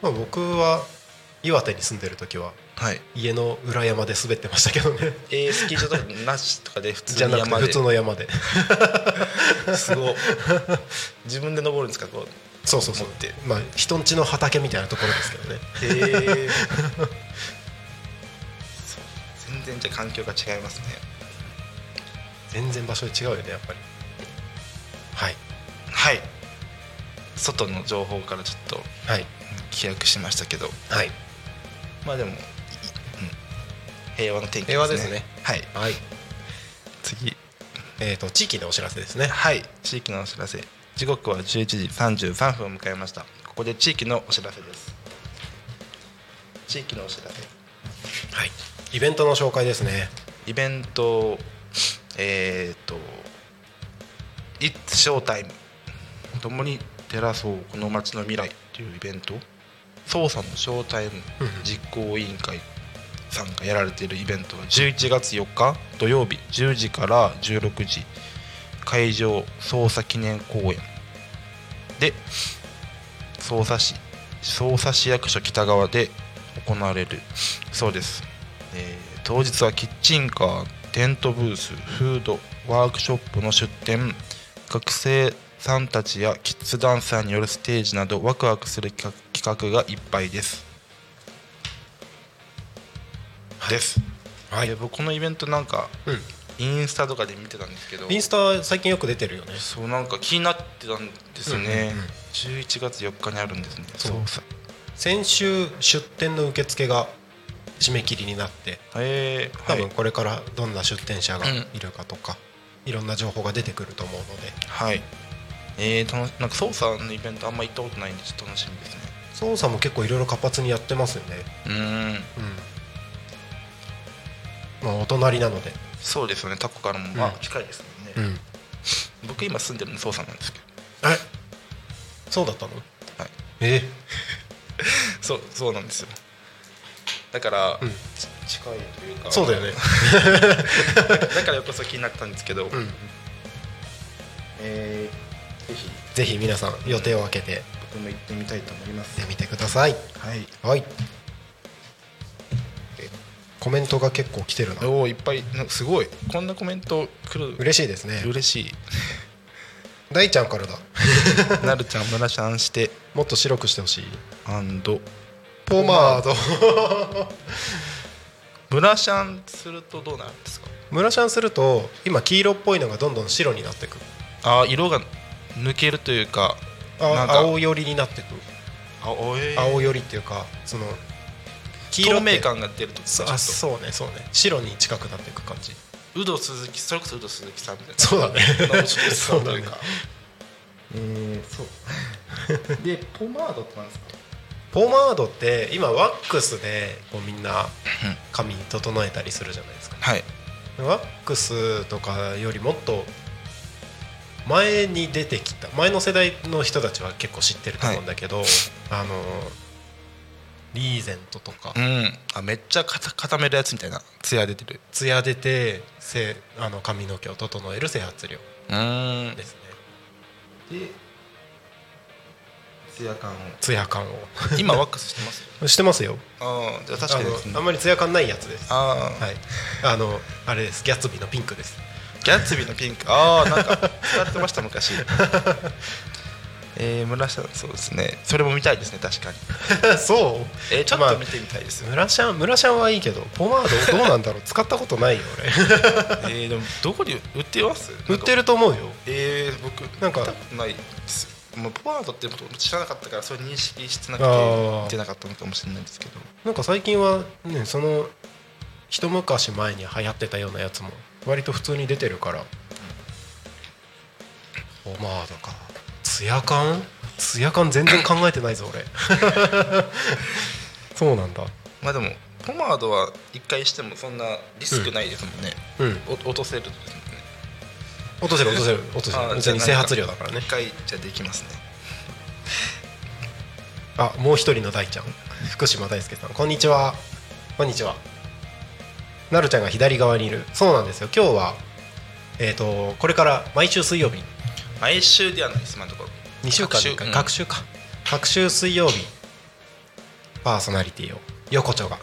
Speaker 5: まあ、僕は岩手に住んでる時は
Speaker 4: はい
Speaker 5: 家の裏山で滑ってましたけどね
Speaker 4: えー、スキー場とかなしとかで普
Speaker 5: じ
Speaker 4: 通
Speaker 5: ゃ
Speaker 4: に
Speaker 5: なくて
Speaker 4: 山で
Speaker 5: 普通の山で す
Speaker 4: ごい自分で登るんですかこう
Speaker 5: そうそうそう
Speaker 4: 持って
Speaker 5: まあ人んちの畑みたいなところですけどね
Speaker 4: へえ全然じゃあ環境が違いますね
Speaker 5: 全然場所で違うよねやっぱりはい
Speaker 4: はい外の情報からちょっと
Speaker 5: はい
Speaker 4: 飛躍しましたけど
Speaker 5: はい
Speaker 4: まあでも、いいうん、平和の天気
Speaker 5: 平和ですね
Speaker 4: はい
Speaker 5: はい
Speaker 4: 次
Speaker 5: えー、と地域のお知らせですね
Speaker 4: はい地域のお知らせ時刻は11時33分を迎えましたここで地域のお知らせです地域のお知らせ
Speaker 5: はいイベントの紹介ですね
Speaker 4: イベントえっ、と「It's Showtime」共に照らそうこの街の未来というイベント捜査のショータイム
Speaker 5: うんうん
Speaker 4: 実行委員会さんがやられているイベントが11月4日土曜日10時から16時会場捜査記念公園で捜査市捜査市役所北側で行われるそうです、えー当日はキッチンカーテントブースフードワークショップの出店学生さんたちやキッズダンサーによるステージなどワクワクする企画企画がいっぱいです、です、
Speaker 5: はい
Speaker 4: で僕このイベントなんか
Speaker 5: うん
Speaker 4: インスタとかで見てたんですけど
Speaker 5: インスタ最近よく出てるよね
Speaker 4: そうなんか気になってたんですよね、
Speaker 5: うんうんうん
Speaker 4: 11月4日にあるんですね
Speaker 5: そう
Speaker 4: 捜査
Speaker 5: 先週出店の受付が締め切りになって
Speaker 4: えー、
Speaker 5: 多
Speaker 4: はい
Speaker 5: 分これからどんな出店者がいるかとか、いろんな情報が出てくると思うので
Speaker 4: はいえー、楽しなんか操作のイベントあんま行ったことないんでちょっと楽しみですね
Speaker 5: 操作も結構いろいろ活発にやってますよね、
Speaker 4: うーん
Speaker 5: うんまあ、お隣なので、
Speaker 4: そうですよねタコからもまあ
Speaker 5: うん
Speaker 4: 近いですもんね、
Speaker 5: ん、
Speaker 4: 僕今住んでるの操作なんですけど
Speaker 5: えそうだったの
Speaker 4: はい
Speaker 5: え
Speaker 4: そうそうなんですよだから、
Speaker 5: うん
Speaker 4: ち近いというか
Speaker 5: そうだよね
Speaker 4: だからこそ気になったんですけど、
Speaker 5: うん
Speaker 4: えーぜひ
Speaker 5: ぜひ皆さん予定を空けて
Speaker 4: 僕も行ってみたいと思います
Speaker 5: 行ってみてください
Speaker 4: はい
Speaker 5: はいコメントが結構来てるな
Speaker 4: おおいっぱいなんかすごいこんなコメント来る
Speaker 5: 嬉しいですね
Speaker 4: 嬉しい
Speaker 5: 大ちゃんからだ
Speaker 4: なるちゃん村さんして
Speaker 5: もっと白くしてほしい
Speaker 4: アンド
Speaker 5: ポマード
Speaker 4: 村さんするとどうなるんですか
Speaker 5: ムラシャンすると今黄色っぽいのがどんどん白になってく
Speaker 4: あー色が抜けるというかなん
Speaker 5: あ
Speaker 4: か
Speaker 5: 青寄りになってく
Speaker 4: 青い
Speaker 5: 青寄りっていうかその黄
Speaker 4: 透
Speaker 5: って
Speaker 4: 明感が出ると
Speaker 5: そ
Speaker 4: ちょっ
Speaker 5: あ
Speaker 4: と
Speaker 5: そうねそうね白に近くなっていく感じ
Speaker 4: ウド鈴木それこそウド鈴木さんみたいな
Speaker 5: そうだね
Speaker 4: 直しさ
Speaker 5: そ
Speaker 4: ん
Speaker 5: うだ
Speaker 4: とい
Speaker 5: ね
Speaker 4: うかえー、そうでポマードってなんですか
Speaker 5: ポマードって今ワックスでこうみん な髪整えたりするじゃないですか
Speaker 4: はい
Speaker 5: ワックスとかよりもっと前に出てきた前の世代の人たちは結構知ってると思うんだけど、あのリーゼントとか
Speaker 4: うんあめっちゃ固固めるやつみたいなツヤ出てる
Speaker 5: ツヤ出てせあの髪の毛を整える整髪料
Speaker 4: うーん
Speaker 5: ですね
Speaker 4: でツヤ感を
Speaker 5: ツヤ感
Speaker 4: 今ワックスしてます
Speaker 5: をしてますよ
Speaker 4: ああじゃあ確かにです
Speaker 5: あ
Speaker 4: ね
Speaker 5: のあんまりツヤ感ないやつです
Speaker 4: ああ、
Speaker 5: はいあのあれですギャツビーのピンクです
Speaker 4: ギャッツビーのピンクああなんか使ってました 昔えー、村下そうですねそれも見たいですね確かに
Speaker 5: そう
Speaker 4: えー、ちょっと見てみたいです、
Speaker 5: ムラシャンムラシャンはいいけどポマードどうなんだろう使ったことないよ
Speaker 4: えー、でもどこに 売ってます
Speaker 5: 俺売ってると思うよ
Speaker 4: えー、僕
Speaker 5: なんか
Speaker 4: 見たことないですもうポワードってこと知らなかったからそれ認識してなく
Speaker 5: あ
Speaker 4: て
Speaker 5: ー
Speaker 4: 見てなかったのかもしれないですけど
Speaker 5: なんか最近はねその一昔前に流行ってたようなやつも割と普通に出てるからポマードかツヤ感ツヤ感全然考えてないぞ俺 そうなんだ
Speaker 4: まあでもポマードは一回してもそんなリスクないですもんね、
Speaker 5: うん
Speaker 4: お落とせるんですもんね
Speaker 5: 落とせる落とせる落とせ
Speaker 4: あー
Speaker 5: る別に整髪料だからね
Speaker 4: 一回じゃできますね
Speaker 5: あもう一人の大ちゃん福島大輔さんこんにちはこんにちはなるちゃんが左側にいるそうなんですよ今日はえっ、とこれから毎週水曜日
Speaker 4: 毎週ではないです今のところ
Speaker 5: 2週間に一回
Speaker 4: 各
Speaker 5: 各
Speaker 4: 週
Speaker 5: 週,、か各週水曜日パーソナリティを横丁が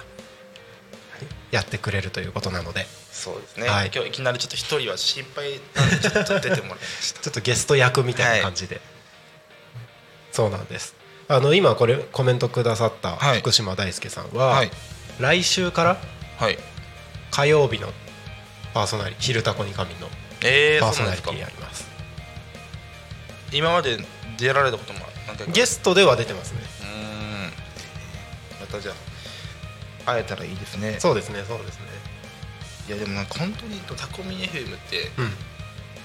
Speaker 5: やってくれるということなので
Speaker 4: そうですね、
Speaker 5: はい
Speaker 4: 今日いきなりちょっと一人は心配なんでちょっと出てもらいました
Speaker 5: ちょっとゲスト役みたいな感じで、そうなんですあの今これコメントくださった
Speaker 4: はい
Speaker 5: 福島大輔さん は、
Speaker 4: はい
Speaker 5: 来週から
Speaker 4: はい
Speaker 5: 火曜日のパーソナリティ昼タコに神の
Speaker 4: えー、
Speaker 5: パー
Speaker 4: そ
Speaker 5: ソ
Speaker 4: うなん
Speaker 5: ナ
Speaker 4: です
Speaker 5: リテ
Speaker 4: か
Speaker 5: ィやります
Speaker 4: 今まで出られたことも何回か
Speaker 5: ゲストでは出てますね
Speaker 4: うーんまたじゃあ会えたらいいですね
Speaker 5: そうですねそうですね
Speaker 4: いやでもなんか本当にタコミ FM って
Speaker 5: うん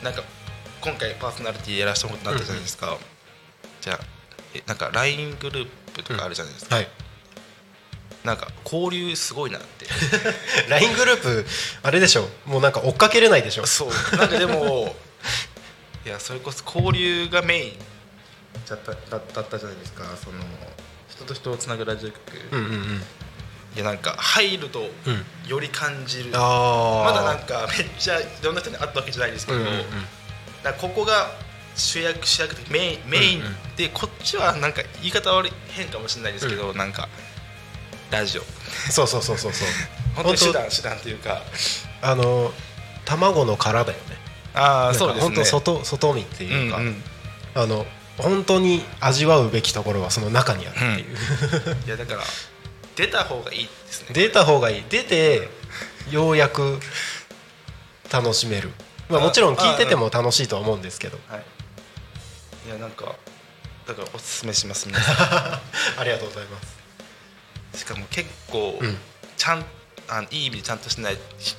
Speaker 4: なんか今回パーソナリティやらせてもらったじゃないですか、じゃあえなんか LINE グループとかあるじゃないですか、
Speaker 5: はい
Speaker 4: なんか交流すごいなって
Speaker 5: LINE グループあれでしょもうなんか追っかけれないでしょ
Speaker 4: そうなんかでもいやそれこそ交流がメインだっただだったじゃないですかその人と人をつなぐラジオ局、
Speaker 5: うん
Speaker 4: い
Speaker 5: うんうん
Speaker 4: やなんか入ると
Speaker 5: うん
Speaker 4: より感じる、
Speaker 5: あ
Speaker 4: まだな
Speaker 5: な
Speaker 4: んんかめっちゃいろんな人に会ったわけじゃないですけど、
Speaker 5: うんうんうん
Speaker 4: なんかここが主役主役ってメインメイン
Speaker 5: うんうん
Speaker 4: でこっちはなんか言い方悪い変かもしれないですけど、なんかラジオ
Speaker 5: そうそうそうそうそう
Speaker 4: 本当に手段手段というか
Speaker 5: あの卵の殻だよね
Speaker 4: あ
Speaker 5: なんか本当外外見って
Speaker 4: うん
Speaker 5: いううか、
Speaker 4: ん
Speaker 5: あの本当に味わうべきところはその中にあるっていう、
Speaker 4: いやだから出た方がいいですね
Speaker 5: 出た方がいい出てようやく楽しめる、まあ、
Speaker 4: あ
Speaker 5: もちろん聞いてても楽しいとは思うんですけど
Speaker 4: はいいやなんかだからお すすめします皆さん
Speaker 5: ありがとうございます
Speaker 4: しかも結構
Speaker 5: うん
Speaker 4: ちゃんあのいい意味でちゃんとしてないき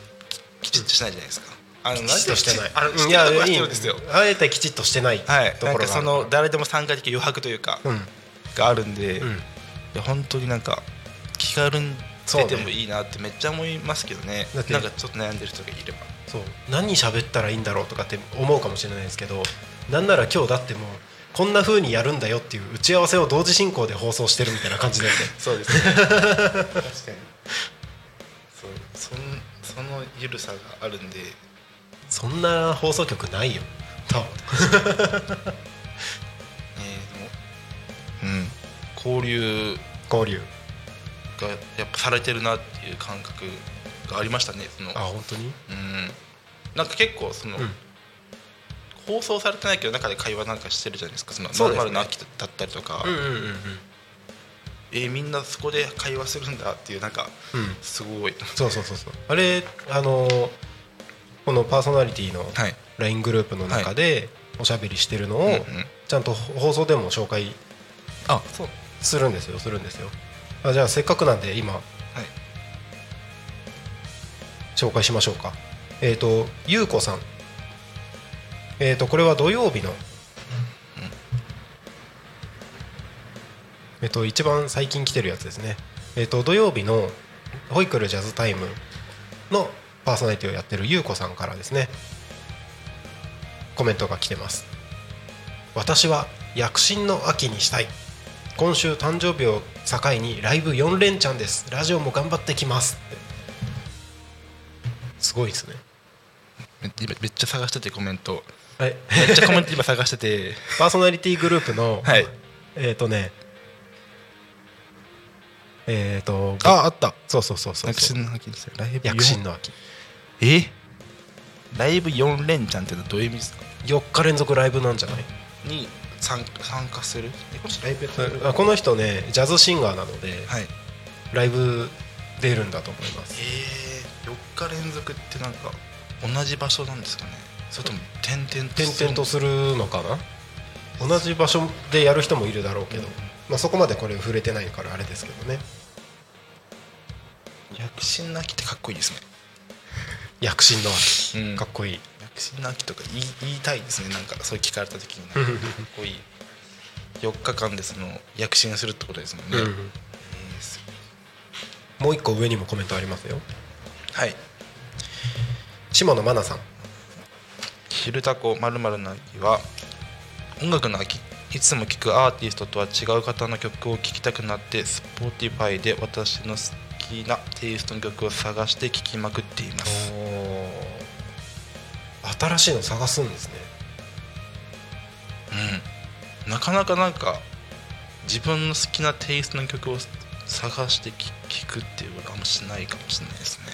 Speaker 4: きちっとしてないじゃないですかあの
Speaker 5: きちっとしてない
Speaker 4: あのしてると
Speaker 5: い
Speaker 4: こ
Speaker 5: や
Speaker 4: はい必
Speaker 5: い
Speaker 4: 要ですよ
Speaker 5: あえてきちっとしてないところが
Speaker 4: は
Speaker 5: あ
Speaker 4: い
Speaker 5: る
Speaker 4: なんかその誰でも参加できる余白というか、
Speaker 5: うん
Speaker 4: があるんで、い
Speaker 5: うん
Speaker 4: や本当になんか気軽に
Speaker 5: そう
Speaker 4: 出
Speaker 5: ね
Speaker 4: てもいいなってめっちゃ思いますけどね
Speaker 5: だって
Speaker 4: なんかちょっと悩んでる人がいれば
Speaker 5: そう何喋ったらいいんだろうとかって思うかもしれないですけどなんなら今日だってもうこんな風にやるんだよっていう打ち合わせを同時進行で放送してるみたいな感じだよね
Speaker 4: そうですね 確かにそうそんそのゆるさがあるんで
Speaker 5: そんな放送局ないよ多分
Speaker 4: えーでもうん交流
Speaker 5: 交流
Speaker 4: がやっぱされてるなっていう感覚がありましたねその
Speaker 5: あ本当に
Speaker 4: うんなんか結構その、
Speaker 5: うん
Speaker 4: 放送されてないけど中で会話なんかしてるじゃないですかその
Speaker 5: そうですね
Speaker 4: まるの秋だったりとか、
Speaker 5: うんうんうん
Speaker 4: えーみんなそこで会話するんだっていうなんか
Speaker 5: うんうん
Speaker 4: すごい
Speaker 5: そうそうそうそうあれあのーこのパーソナリティの
Speaker 4: はい
Speaker 5: LINE グループの中でおしゃべりしてるのを
Speaker 4: うんうん
Speaker 5: ちゃんと放送でも紹介
Speaker 4: あそう
Speaker 5: するんですよするんですよあじゃあせっかくなんで今
Speaker 4: はい
Speaker 5: 紹介しましょうかえっ、とゆうこさんえっ、とこれは土曜日のえっ、と一番最近来てるやつですねえっ、と土曜日のホイクルジャズタイムのパーソナリティをやってるゆうこさんからですねコメントが来てます私は躍進の秋にしたい今週誕生日を境にライブ4連チャンですラジオも頑張ってきますってすごいですね
Speaker 4: め今めっちゃ探しててコメン ト
Speaker 5: はい
Speaker 4: めっちゃコメント今探してて
Speaker 5: パーソナリティグループの、
Speaker 4: はい
Speaker 5: えっ、とねえっ、と
Speaker 4: ああ った
Speaker 5: そうそうそうそう
Speaker 4: 躍
Speaker 5: そう
Speaker 4: 進の秋ですよライブ
Speaker 5: 躍進の秋
Speaker 4: えライブ4連チャンってのはどういう意味ですか
Speaker 5: 4日連続ライブなんじゃない
Speaker 4: に参参加するえこれライブやってる
Speaker 5: あこの人ねジャズシンガーなので、
Speaker 4: はい
Speaker 5: ライブ出るんだと思います
Speaker 4: えー、4日連続ってなんか同じ場所なんですかねそれとも点々と
Speaker 5: 転々とするのかな同じ場所でやる人もいるだろうけど、まあ、そこまでこれ触れてないからあれですけどね
Speaker 4: 躍進の秋ってかっこいいですね
Speaker 5: 躍進の秋
Speaker 4: うん
Speaker 5: かっこいい、
Speaker 4: 躍進の秋とか言い言いたいですねなんかそう聞かれた時になんかかっこいい4日間でその躍進するってことですもんね、
Speaker 5: う
Speaker 4: え
Speaker 5: ん
Speaker 4: ーすごい
Speaker 5: もう一個上にもコメントありますよ
Speaker 4: はい
Speaker 5: 下野真奈さん
Speaker 4: 「昼タコまるの秋」は音楽の秋いつも聴くアーティストとは違う方の曲を聴きたくなって Spotify で私の好きなテイストの曲を探して聴きまくっています
Speaker 5: 新しいの探すんですね
Speaker 4: うん、なかなかなんか自分の好きなテイストの曲を探してき聴くっていうことはあんましないかもしれないですね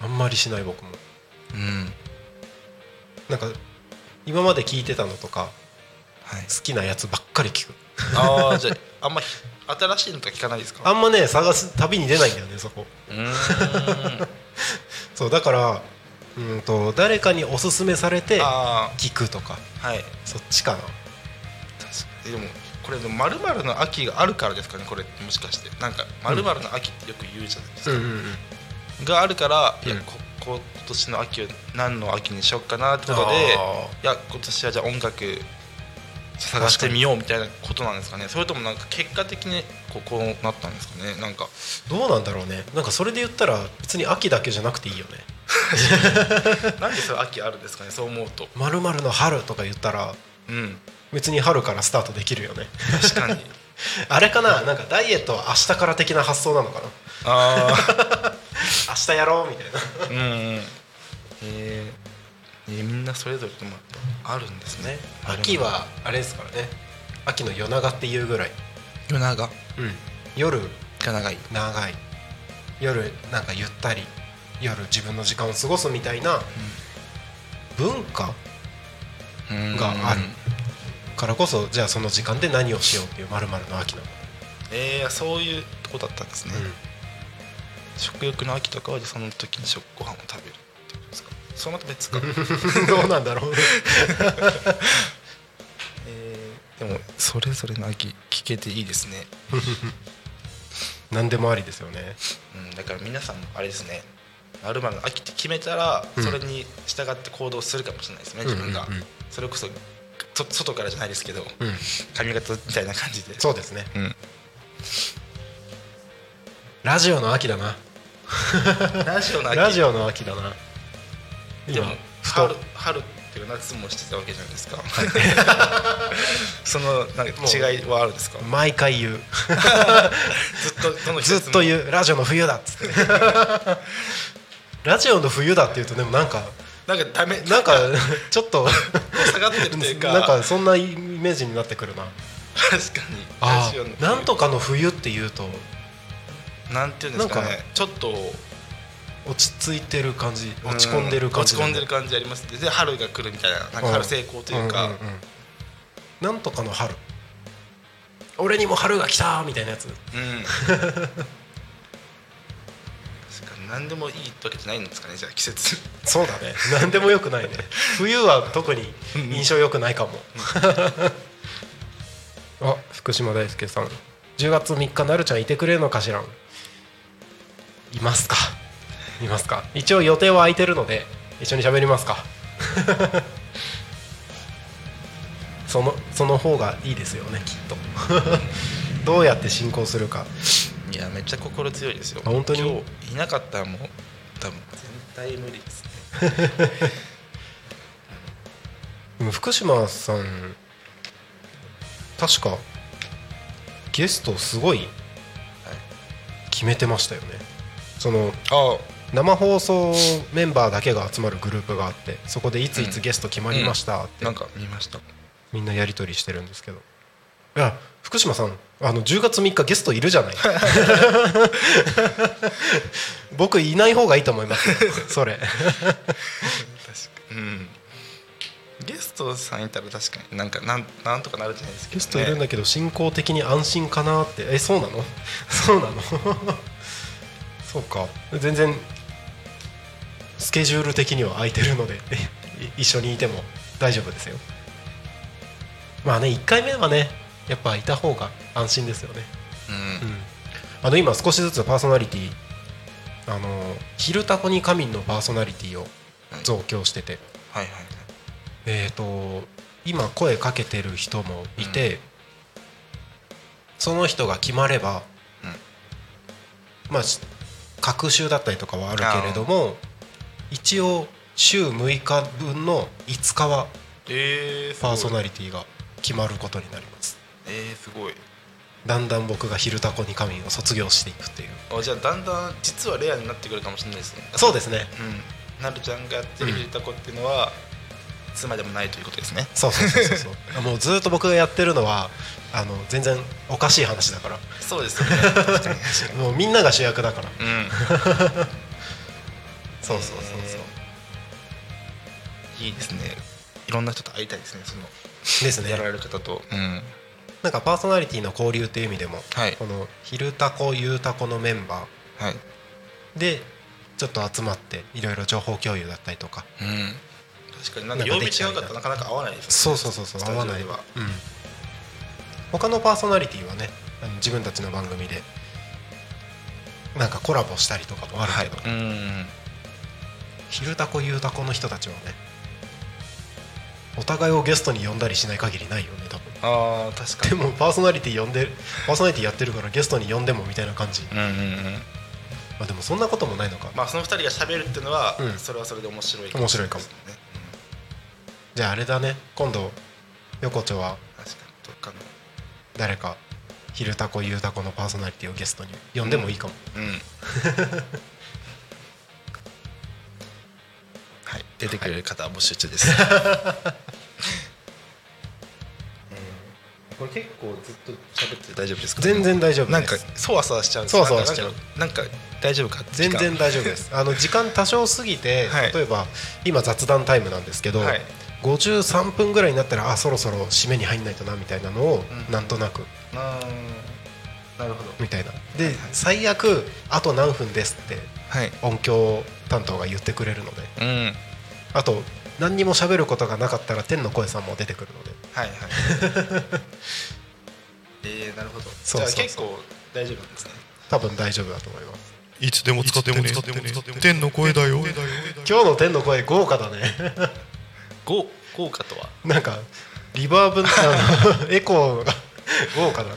Speaker 5: あんまりしない僕も
Speaker 4: うん
Speaker 5: なんか今まで聞いてたのとか
Speaker 4: はい
Speaker 5: 好きなやつばっかり聞く
Speaker 4: ああじゃああんまひ新しいのとか聞かないですか
Speaker 5: あんまね探す旅に出ないんだよねそこ
Speaker 4: う ーん
Speaker 5: そうだからうんと誰かにおすすめされて
Speaker 4: あ
Speaker 5: 聞くとか
Speaker 4: あはい
Speaker 5: そっちかな
Speaker 4: 確かにでもこれでもまるの秋があるからですかねこれもしかしてなんかまるの秋ってよく言うじゃないですか、があるから、い
Speaker 5: うん
Speaker 4: やここ今年の秋を何の秋にしよっかなってことで
Speaker 5: あー
Speaker 4: いや今年はじゃあ音楽探してみようみたいなことなんですかねそれともなんか結果的にここうなったんですかね なんか
Speaker 5: どうなんだろうねなんかそれで言ったら別に秋だけじゃなくていいよね
Speaker 4: なんでそれ秋あるんですかねそう思うと
Speaker 5: 「まるの春」とか言ったら
Speaker 4: うん
Speaker 5: 別に春からスタートできるよね
Speaker 4: 確かに
Speaker 5: あれかななんかダイエットは明日から的な発想なのかな
Speaker 4: ああ
Speaker 5: 明日やろうみたいな
Speaker 4: うんうんへえねみんなそれぞれでもやっぱあるんですね
Speaker 5: 秋はあれですからね秋の夜長っていうぐらい、
Speaker 4: 夜長
Speaker 5: 夜
Speaker 4: が長い
Speaker 5: 長い夜なんかゆったり夜自分の時間を過ごすみたいな文化があるからこそじゃあその時間で何をしようっていうまるの秋なの、
Speaker 4: えー、そういうとこだったんですね、食欲の秋とかはその時に食ご飯を食べるってことですかその後別か
Speaker 5: どうなんだろうね
Speaker 4: えーでもそれぞれの秋聞けていいですね
Speaker 5: 何でもありですよね
Speaker 4: うん、だから皆さんあれですねあるまるの秋って決めたら
Speaker 5: うん
Speaker 4: それに従って行動するかもしれないですね、自分が、
Speaker 5: うんうんうん
Speaker 4: それこそと外からじゃないですけど、
Speaker 5: うん
Speaker 4: 髪型みたいな感じで
Speaker 5: そうですね
Speaker 4: うん
Speaker 5: ラジオの秋だな
Speaker 4: ラジオの秋
Speaker 5: ラジオの秋だな
Speaker 4: で
Speaker 5: 今
Speaker 4: も
Speaker 5: ふ
Speaker 4: 春
Speaker 5: と
Speaker 4: 春っていうか夏もしてたわけじゃないですか、 そのなんか違いはあるん ですか
Speaker 5: 毎回言う
Speaker 4: ずっとどの季
Speaker 5: ず
Speaker 4: 節
Speaker 5: っ
Speaker 4: も
Speaker 5: と言うラジオの冬だっつってラジオの冬だって言うとでもなんか
Speaker 4: なんかダメ
Speaker 5: なんかちょっと
Speaker 4: 下がってるというか
Speaker 5: なんかそんなイメージになってくるな
Speaker 4: 確かにラ
Speaker 5: あ
Speaker 4: ジオの
Speaker 5: ーなんとかの冬って言うと
Speaker 4: なんていうんですかね
Speaker 5: なんか
Speaker 4: ちょっと
Speaker 5: 落ち着いてる感じ落ち込んでる感じ、
Speaker 4: うん落ち込んでる感じありますねで春が来るみたいななんか春成功というか、
Speaker 5: んんんなんとかの春俺にも春が来たみたいなやつ
Speaker 4: うん。確かに何でもいいってわけじゃないんですかねじゃあ季節
Speaker 5: そうだね何でもよくないね冬は特に印象よくないかもあ福島大輔さん10月3日なるちゃんいてくれるのかしらんいますかいますか一応予定は空いてるので一緒に喋りますか そのその方がいいですよねきっと どうやって進行するか
Speaker 4: いやめっちゃ心強いですよ
Speaker 5: あ本当に
Speaker 4: 今日いなかったらもう多分絶対無理ですね
Speaker 5: でも福島さん確かゲストすごい決めてましたよねその
Speaker 4: あ
Speaker 5: 生放送メンバーだけが集まるグループがあってそこでいついつゲスト決まりましたって
Speaker 4: なんか見ました
Speaker 5: みんなやり取りしてるんですけどいや福島さんあの10月3日ゲストいるじゃない僕いない方がいいと思いますよそれ
Speaker 4: 確かうんゲストさんいたら確かになんかなんなんとかなるじゃないですけど、ね、
Speaker 5: ゲストいるんだけど進行的に安心かなってえそうなの そうなのそうか全然スケジュール的には空いてるのでい一緒にいても大丈夫ですよまあね1回目はねやっぱいた方が安心ですよね、
Speaker 4: うん
Speaker 5: うん、あの今少しずつパーソナリティあの「昼タコに仮眠」のパーソナリティを増強してて、
Speaker 4: はいはい
Speaker 5: えー、と今声かけてる人もいて、その人が決まれば、まあ隔週だったりとかはあるけれども一応週6日分の5日は
Speaker 4: えー、すごい
Speaker 5: パーソナリティが決まることになります
Speaker 4: えー、すごい
Speaker 5: だんだん僕が「昼タコに仮眠」を卒業していくっていう
Speaker 4: あじゃあだんだん実はレアになってくるかもしれないですね
Speaker 5: そうですね
Speaker 4: うんなるちゃんがやってるひるたこっていうのは、妻でもないということですね
Speaker 5: そうそうそうそうそう あもうずっと僕がやってるのはあの全然おかしい話だから
Speaker 4: そうですよ ね確かに確かに
Speaker 5: もうみんなが主役だから
Speaker 4: うん
Speaker 5: そうそうそうそう
Speaker 4: いいですねいろんな人と会いたいですねその
Speaker 5: ですね
Speaker 4: やられる方とうん
Speaker 5: なんかパーソナリティの交流っていう意味でも、
Speaker 4: はい
Speaker 5: この「昼タコゆうタコ」のメンバ
Speaker 4: はい
Speaker 5: ーでちょっと集まっていろいろ情報共有だったりとか
Speaker 4: うん確かになん
Speaker 5: な
Speaker 4: か
Speaker 5: んか
Speaker 4: 曜
Speaker 5: でき
Speaker 4: 日
Speaker 5: ち
Speaker 4: 違
Speaker 5: ゃう
Speaker 4: うかったらなかなか合わないです
Speaker 5: そうそうそうそう
Speaker 4: スタ
Speaker 5: 合
Speaker 4: ジ
Speaker 5: わ
Speaker 4: オでは
Speaker 5: ないわうん、他のパーソナリティはねあの自分たちの番組でなんかコラボしたりとかもあるけど、
Speaker 4: うん
Speaker 5: 昼タコゆうタコの人たちはねお互いをゲストに呼んだりしない限りないよね多分
Speaker 4: あー確か
Speaker 5: で
Speaker 4: に
Speaker 5: もパーソナリティ呼んでパーソナリティやってるからゲストに呼んでもみたいな感じ、
Speaker 4: うんうんうん
Speaker 5: まあ、でもそんなこともないのか
Speaker 4: まあその二人が喋るっていうのは、
Speaker 5: うん
Speaker 4: それはそれで面白い
Speaker 5: 面白いかも
Speaker 4: しれないですね
Speaker 5: じゃああれだね今度横丁は
Speaker 4: うん確かにどっかの
Speaker 5: 誰か昼タコゆうタコのパーソナリティをゲストに呼んでもいいかも、
Speaker 4: うんはい、出てくれる方は募集中 です。これ結構ずっと喋ってて大丈夫ですか？
Speaker 5: 全然大丈夫です
Speaker 4: なんかそわそわしちゃうんです。
Speaker 5: そわそわしちゃう
Speaker 4: なんかなんか大丈夫か？
Speaker 5: 全然大丈夫ですあの時間多少過ぎて、
Speaker 4: はい
Speaker 5: 例えば今雑談タイムなんですけど、
Speaker 4: はい
Speaker 5: 53分ぐらいになったらあそろそろ締めに入んないとなみたいなの
Speaker 4: う
Speaker 5: を、
Speaker 4: ん
Speaker 5: なんとなく
Speaker 4: 時間。うーんなるほど。
Speaker 5: みたいなで、
Speaker 4: はいはい
Speaker 5: 最悪あと何分ですって
Speaker 4: はい。
Speaker 5: 音響担当が言ってくれるので
Speaker 4: うん。はい
Speaker 5: あと何にも喋ることがなかったら天の声さんも出てくるので
Speaker 4: はい。 えー、なるほど。
Speaker 5: そうそうそう
Speaker 4: じゃあ結構大丈夫なんですね。
Speaker 5: 多分大丈夫だと思います
Speaker 6: いつでも使ってもね天の声だよ
Speaker 5: 今日の天の声豪華だね
Speaker 7: 豪豪華とは
Speaker 5: なんかリバーブあの エコーが豪華だね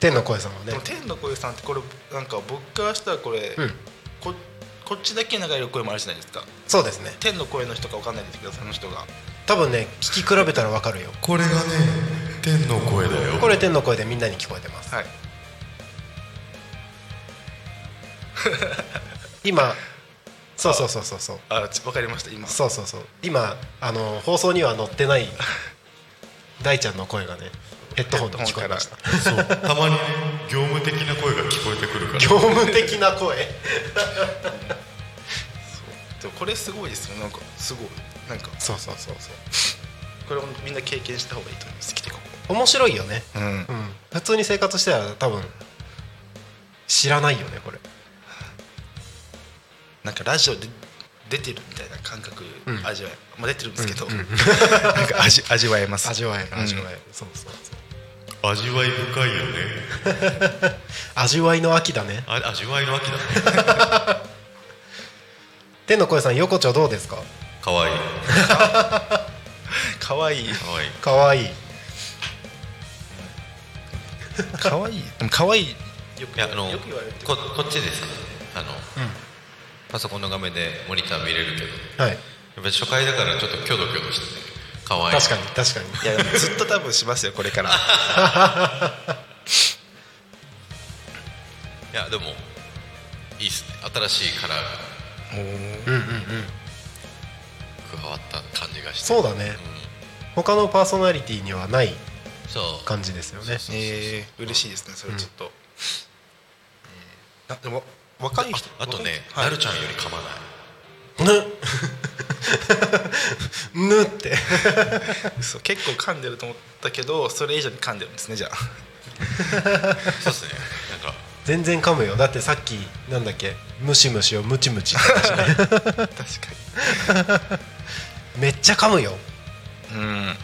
Speaker 5: 天の声さんはね
Speaker 4: でも天の声さんってこれなんか僕からしたらこれ、
Speaker 5: うん
Speaker 4: ここっちだけ流れる声もあるじゃないですか
Speaker 5: そうですね
Speaker 4: 天の声の人かわかんないですけどその人が
Speaker 5: 多分ね聞き比べたらわかるよ
Speaker 6: これがね天の声だよ
Speaker 5: これ天の声でみんなに聞こえてます
Speaker 4: はい
Speaker 5: 今そうそうそうそうそう
Speaker 4: あちわかりました今
Speaker 5: そうそうそう今あの放送には載ってない大ちゃんの声がねヘッドホンで聞こえました
Speaker 6: そうたまに業務的な声が聞こえてくるから
Speaker 5: 業務的な声
Speaker 4: でもこれすごいですよなんかすごいなんか
Speaker 5: そうそうそうそ
Speaker 4: これをみんな経験した方がいいと思います来てここ
Speaker 5: う面白いよね、
Speaker 4: うん
Speaker 5: うん、普通に生活してたら多分知らないよねこれ
Speaker 4: なんかラジオで出てるみたいな感覚
Speaker 5: ん
Speaker 4: 味わえ、まあ出てるんですけど、 なんか味味わえます
Speaker 5: 味わえる
Speaker 4: うん
Speaker 5: 味わえる、そうそうそう
Speaker 6: 味わい深いよね
Speaker 5: 味わいの秋だね
Speaker 6: あ味わいの秋だね
Speaker 5: 天の声さん横丁どうですか
Speaker 6: かわいいか
Speaker 4: 可愛い
Speaker 6: わいい
Speaker 5: かわいい
Speaker 4: 可愛いでも可愛いよく
Speaker 7: いやあの
Speaker 4: よく言われるって
Speaker 7: ここっちですあの、パソコンの画面でモニター見れるけど
Speaker 5: はい
Speaker 7: やっぱり初回だからちょっとキョドキョドしてね可愛い
Speaker 5: 確かに確かに
Speaker 4: いやでもずっと多分しますよこれから
Speaker 7: いやでもいいっすね新しいカラー
Speaker 5: うんうんうん
Speaker 7: が加わった感じがして
Speaker 5: そうだね他のパーソナリティにはない
Speaker 7: うんそう
Speaker 5: 感じですよね
Speaker 4: えー、嬉しいですねそれちょっと、うんなでも若い人
Speaker 7: あとね、
Speaker 4: 若い
Speaker 7: なるちゃんより噛まない
Speaker 5: ぬぬって
Speaker 4: そう結構噛んでると思ったけどそれ以上に噛んでるんですねじゃあ
Speaker 7: そうですねなんか
Speaker 5: 全然噛むよだってさっきなんだっけムシムシをムチムチって言ったしね
Speaker 4: 確か
Speaker 5: めっちゃ噛むよ
Speaker 4: にうん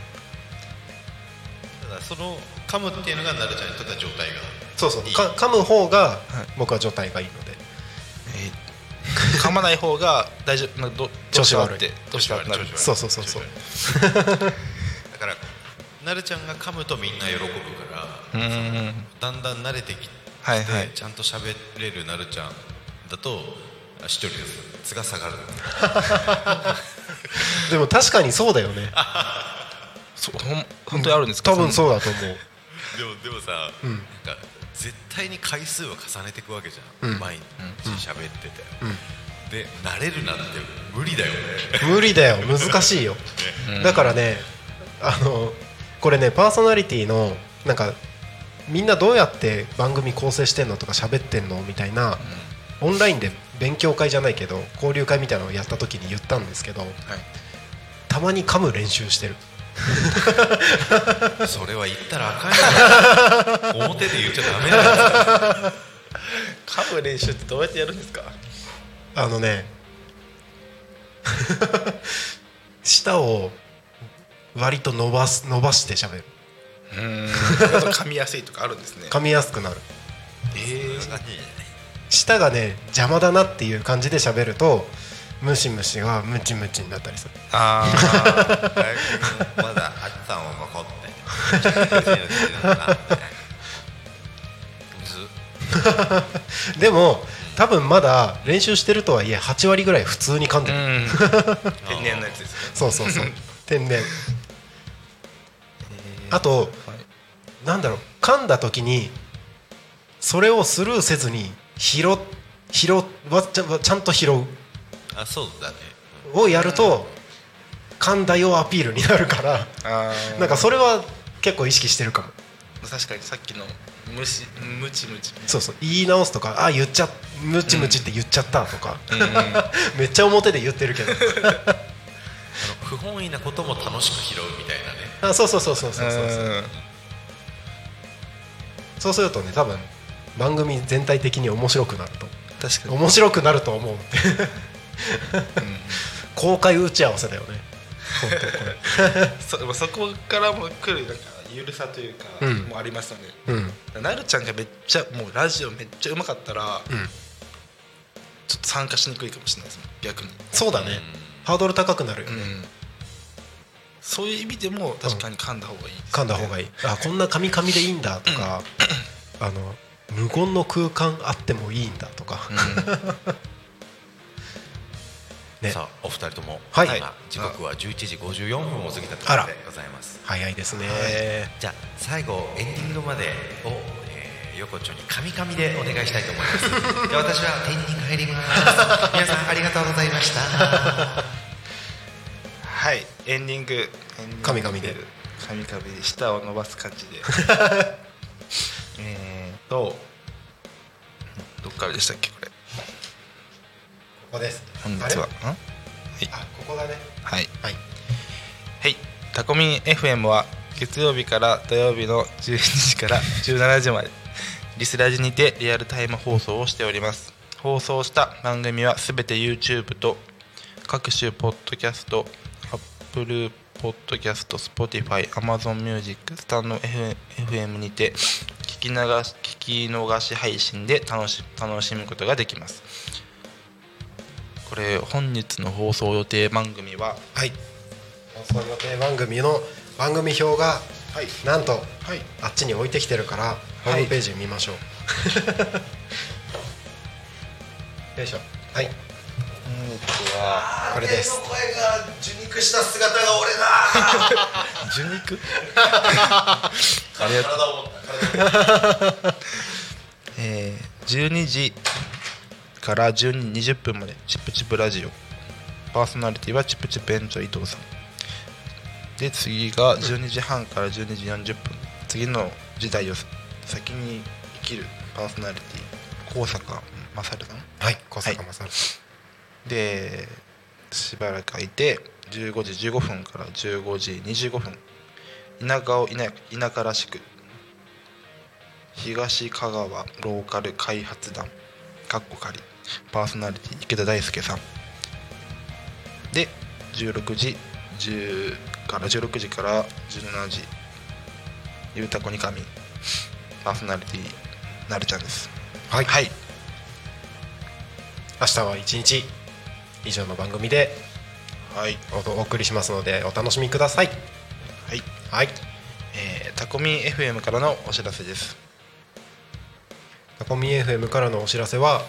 Speaker 7: ただその噛むっていうのがなるちゃんにとっては状態が
Speaker 5: そうそう
Speaker 7: いい
Speaker 5: か噛む方が僕は状態がいいので
Speaker 4: えー噛まない方が大丈夫なんかど
Speaker 5: 調子悪い
Speaker 4: どうしたってどうしたってなる
Speaker 7: 調子悪い
Speaker 5: そうそうそうそう
Speaker 7: だからなるちゃんが噛むとみんな喜ぶから
Speaker 4: うんうんうん
Speaker 7: だんだん慣れてきて、
Speaker 4: はいはい
Speaker 7: ちゃんと喋れるなるちゃんだとあ視聴率が下 がる
Speaker 5: でも確かにそうだよね
Speaker 4: そうほん本当にあるんですか
Speaker 5: 多分
Speaker 4: う
Speaker 5: そうだと思う
Speaker 7: でもでもさ、なんか絶対に回数は重ねていくわけじゃん、毎日喋ってて、で慣れるなんて無 理だよね
Speaker 5: 無理だよ難しいよだからねあのこれねパーソナリティのなんかみんなどうやって番組構成してんのとか喋ってんのみたいな、オンラインで勉強会じゃないけど交流会みたいなのをやった時に言ったんですけど、たまに噛む練習してる
Speaker 7: それは言ったらあかん よ表で言っちゃダメだよ
Speaker 4: 噛む練習ってどうやってやるんですか
Speaker 5: あのね 舌を割と伸ばす伸ばして喋る
Speaker 4: うんあと噛みやすいとかあるんですね
Speaker 5: 噛みやすくなる
Speaker 4: え
Speaker 7: 何
Speaker 5: 舌がね邪魔だなっていう感じで喋るとムシムシがムチムチになったりする
Speaker 4: あ
Speaker 7: 大学のまだあったんを残ってむず
Speaker 5: でも多分まだ練習してるとはいえ8割ぐらい普通に噛んで
Speaker 4: ー
Speaker 5: る、
Speaker 4: うん天然のやつですよね
Speaker 5: そうそうそう天然あと、なんだろう噛んだ時にそれをスルーせずに拾っ拾っわちゃちゃんと拾う
Speaker 7: あそうだね
Speaker 5: をやると噛んだよアピールになるから
Speaker 4: あー
Speaker 5: なんかそれは結構意識してるかも
Speaker 4: 確かにさっきのむしムチムチ
Speaker 5: そうそう言い直すとかあ言っちゃムチムチって言っちゃったと か、
Speaker 4: うんうん
Speaker 5: めっちゃ表で言ってるけど
Speaker 7: あの不本意なことも楽しく拾うみたいなね
Speaker 5: あそうそうそうそうそうそうそう
Speaker 4: うん
Speaker 5: そうするとね多分番組全体的に面白くなる
Speaker 4: 確か
Speaker 5: と
Speaker 4: に
Speaker 5: 面白くなると思うって 公開打ち合わせだよね
Speaker 4: そそこからも来るなんかゆるさというか、
Speaker 5: うん
Speaker 4: もうありますので、
Speaker 5: うん
Speaker 4: なるちゃんがめっちゃもうラジオめっちゃうまかったら、
Speaker 5: ん
Speaker 4: ちょっと参加しにくいかもしれないですね逆に、
Speaker 5: そうだね、ハードル高くなるよ
Speaker 4: う
Speaker 5: ね、
Speaker 4: ん、そういう意味でも確かに噛んだ方がいいです、
Speaker 5: 噛んだ方がいいあこんな紙紙でいいんだとか、あの無言の空間あってもいいんだとか、ね
Speaker 7: さあお二人とも、
Speaker 5: はい
Speaker 7: 今時刻は11時54分を過ぎたとこ
Speaker 5: あ
Speaker 7: ろ
Speaker 5: ら
Speaker 7: でございます
Speaker 5: 早いですね、
Speaker 7: じゃあ最後エンディングまでを、えー、横丁にカミカミでお願いしたいと思います。で私は天に帰ります。皆さんありがとうございました。
Speaker 4: はいエンディングエンディング
Speaker 5: 神々で
Speaker 4: 神々で舌を伸ばす感 じでえーっとどっからでしたっけこれ
Speaker 5: ここです
Speaker 4: 本日は
Speaker 5: あれ
Speaker 4: ん
Speaker 5: あここだね
Speaker 4: はい
Speaker 5: はい
Speaker 4: はい、タコミン FM は月曜日から土曜日の12時から17時まで リスラジにてリアルタイム放送をしております放送した番組はすべて YouTube と各種ポッドキャスト Apple ポッドキャスト Spotify、Amazon Music、スタンド F- FM にて聞き流し聞き逃し配信で楽し楽しむことができますこれ本日の放送予定番組は
Speaker 5: はい放送予定番組の番組表が、なんと、あっちに置いてきてるから、ホームページ見ましょうよいしょはいこれです
Speaker 7: 受肉した姿が俺だ。
Speaker 4: 受肉
Speaker 7: 体を持った。
Speaker 4: えー12時から12時20分までチップチップラジオパーソナリティはチップチップ園長伊藤さんで次が12時半から12時40分次の時代を先に生きるパーソナリティ高坂勝さん
Speaker 5: はい小坂正さん
Speaker 4: でしばらく空いて15時15分から15時25分田舎を田田舎らしく東香川ローカル開発団かっこ仮パーソナリティ池田大輔さんで16時10から16時から17時ゆうたこにかみパーソナリティなるちゃんです
Speaker 5: はい
Speaker 4: はい
Speaker 5: 明日は一日以上の番組で
Speaker 4: はい
Speaker 5: おお送りしますのでお楽しみください
Speaker 4: はい
Speaker 5: はい
Speaker 4: えータコミン FM からのお知らせです
Speaker 5: タコミ FM からのお知らせは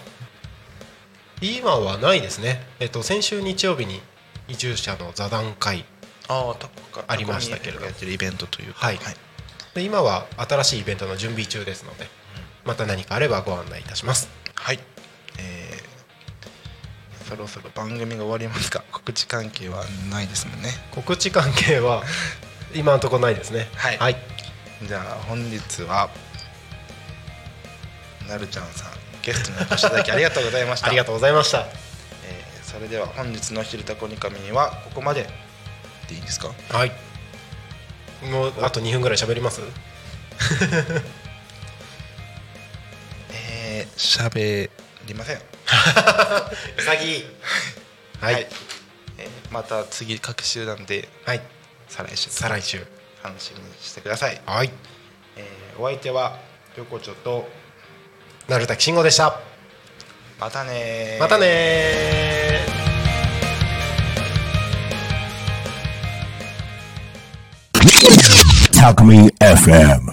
Speaker 5: 今はないですねえっと先週日曜日に移住者の座談会
Speaker 4: ああタコか
Speaker 5: ありましたけれど
Speaker 4: タコミン FM がやってるイベントというか
Speaker 5: はいで今は新しいイベントの準備中ですのでまた何かあればご案内いたします
Speaker 4: はいえーそろそろ番組が終わりますか告知関係はないですもんね
Speaker 5: 告知関係は今のところないですね
Speaker 4: はい
Speaker 5: はい、
Speaker 4: じゃあ本日はなるちゃんさんゲストにお越しいただきありがとうございました
Speaker 5: ありがとうございました
Speaker 4: えーそれでは本日の「昼タコニカミン」はここまででいいんですか
Speaker 5: はいもうあと2分ぐらい喋ります
Speaker 4: えー、しゃべりません
Speaker 5: 潔いは、
Speaker 4: はいい、えーまた次各集団で
Speaker 5: はい、
Speaker 4: 再来週
Speaker 5: 再来週
Speaker 4: 楽しみにしてください、
Speaker 5: はい
Speaker 4: えーお相手は横丁と
Speaker 5: なるたきしんごでした
Speaker 4: またねー
Speaker 5: またねー
Speaker 3: タコミン FM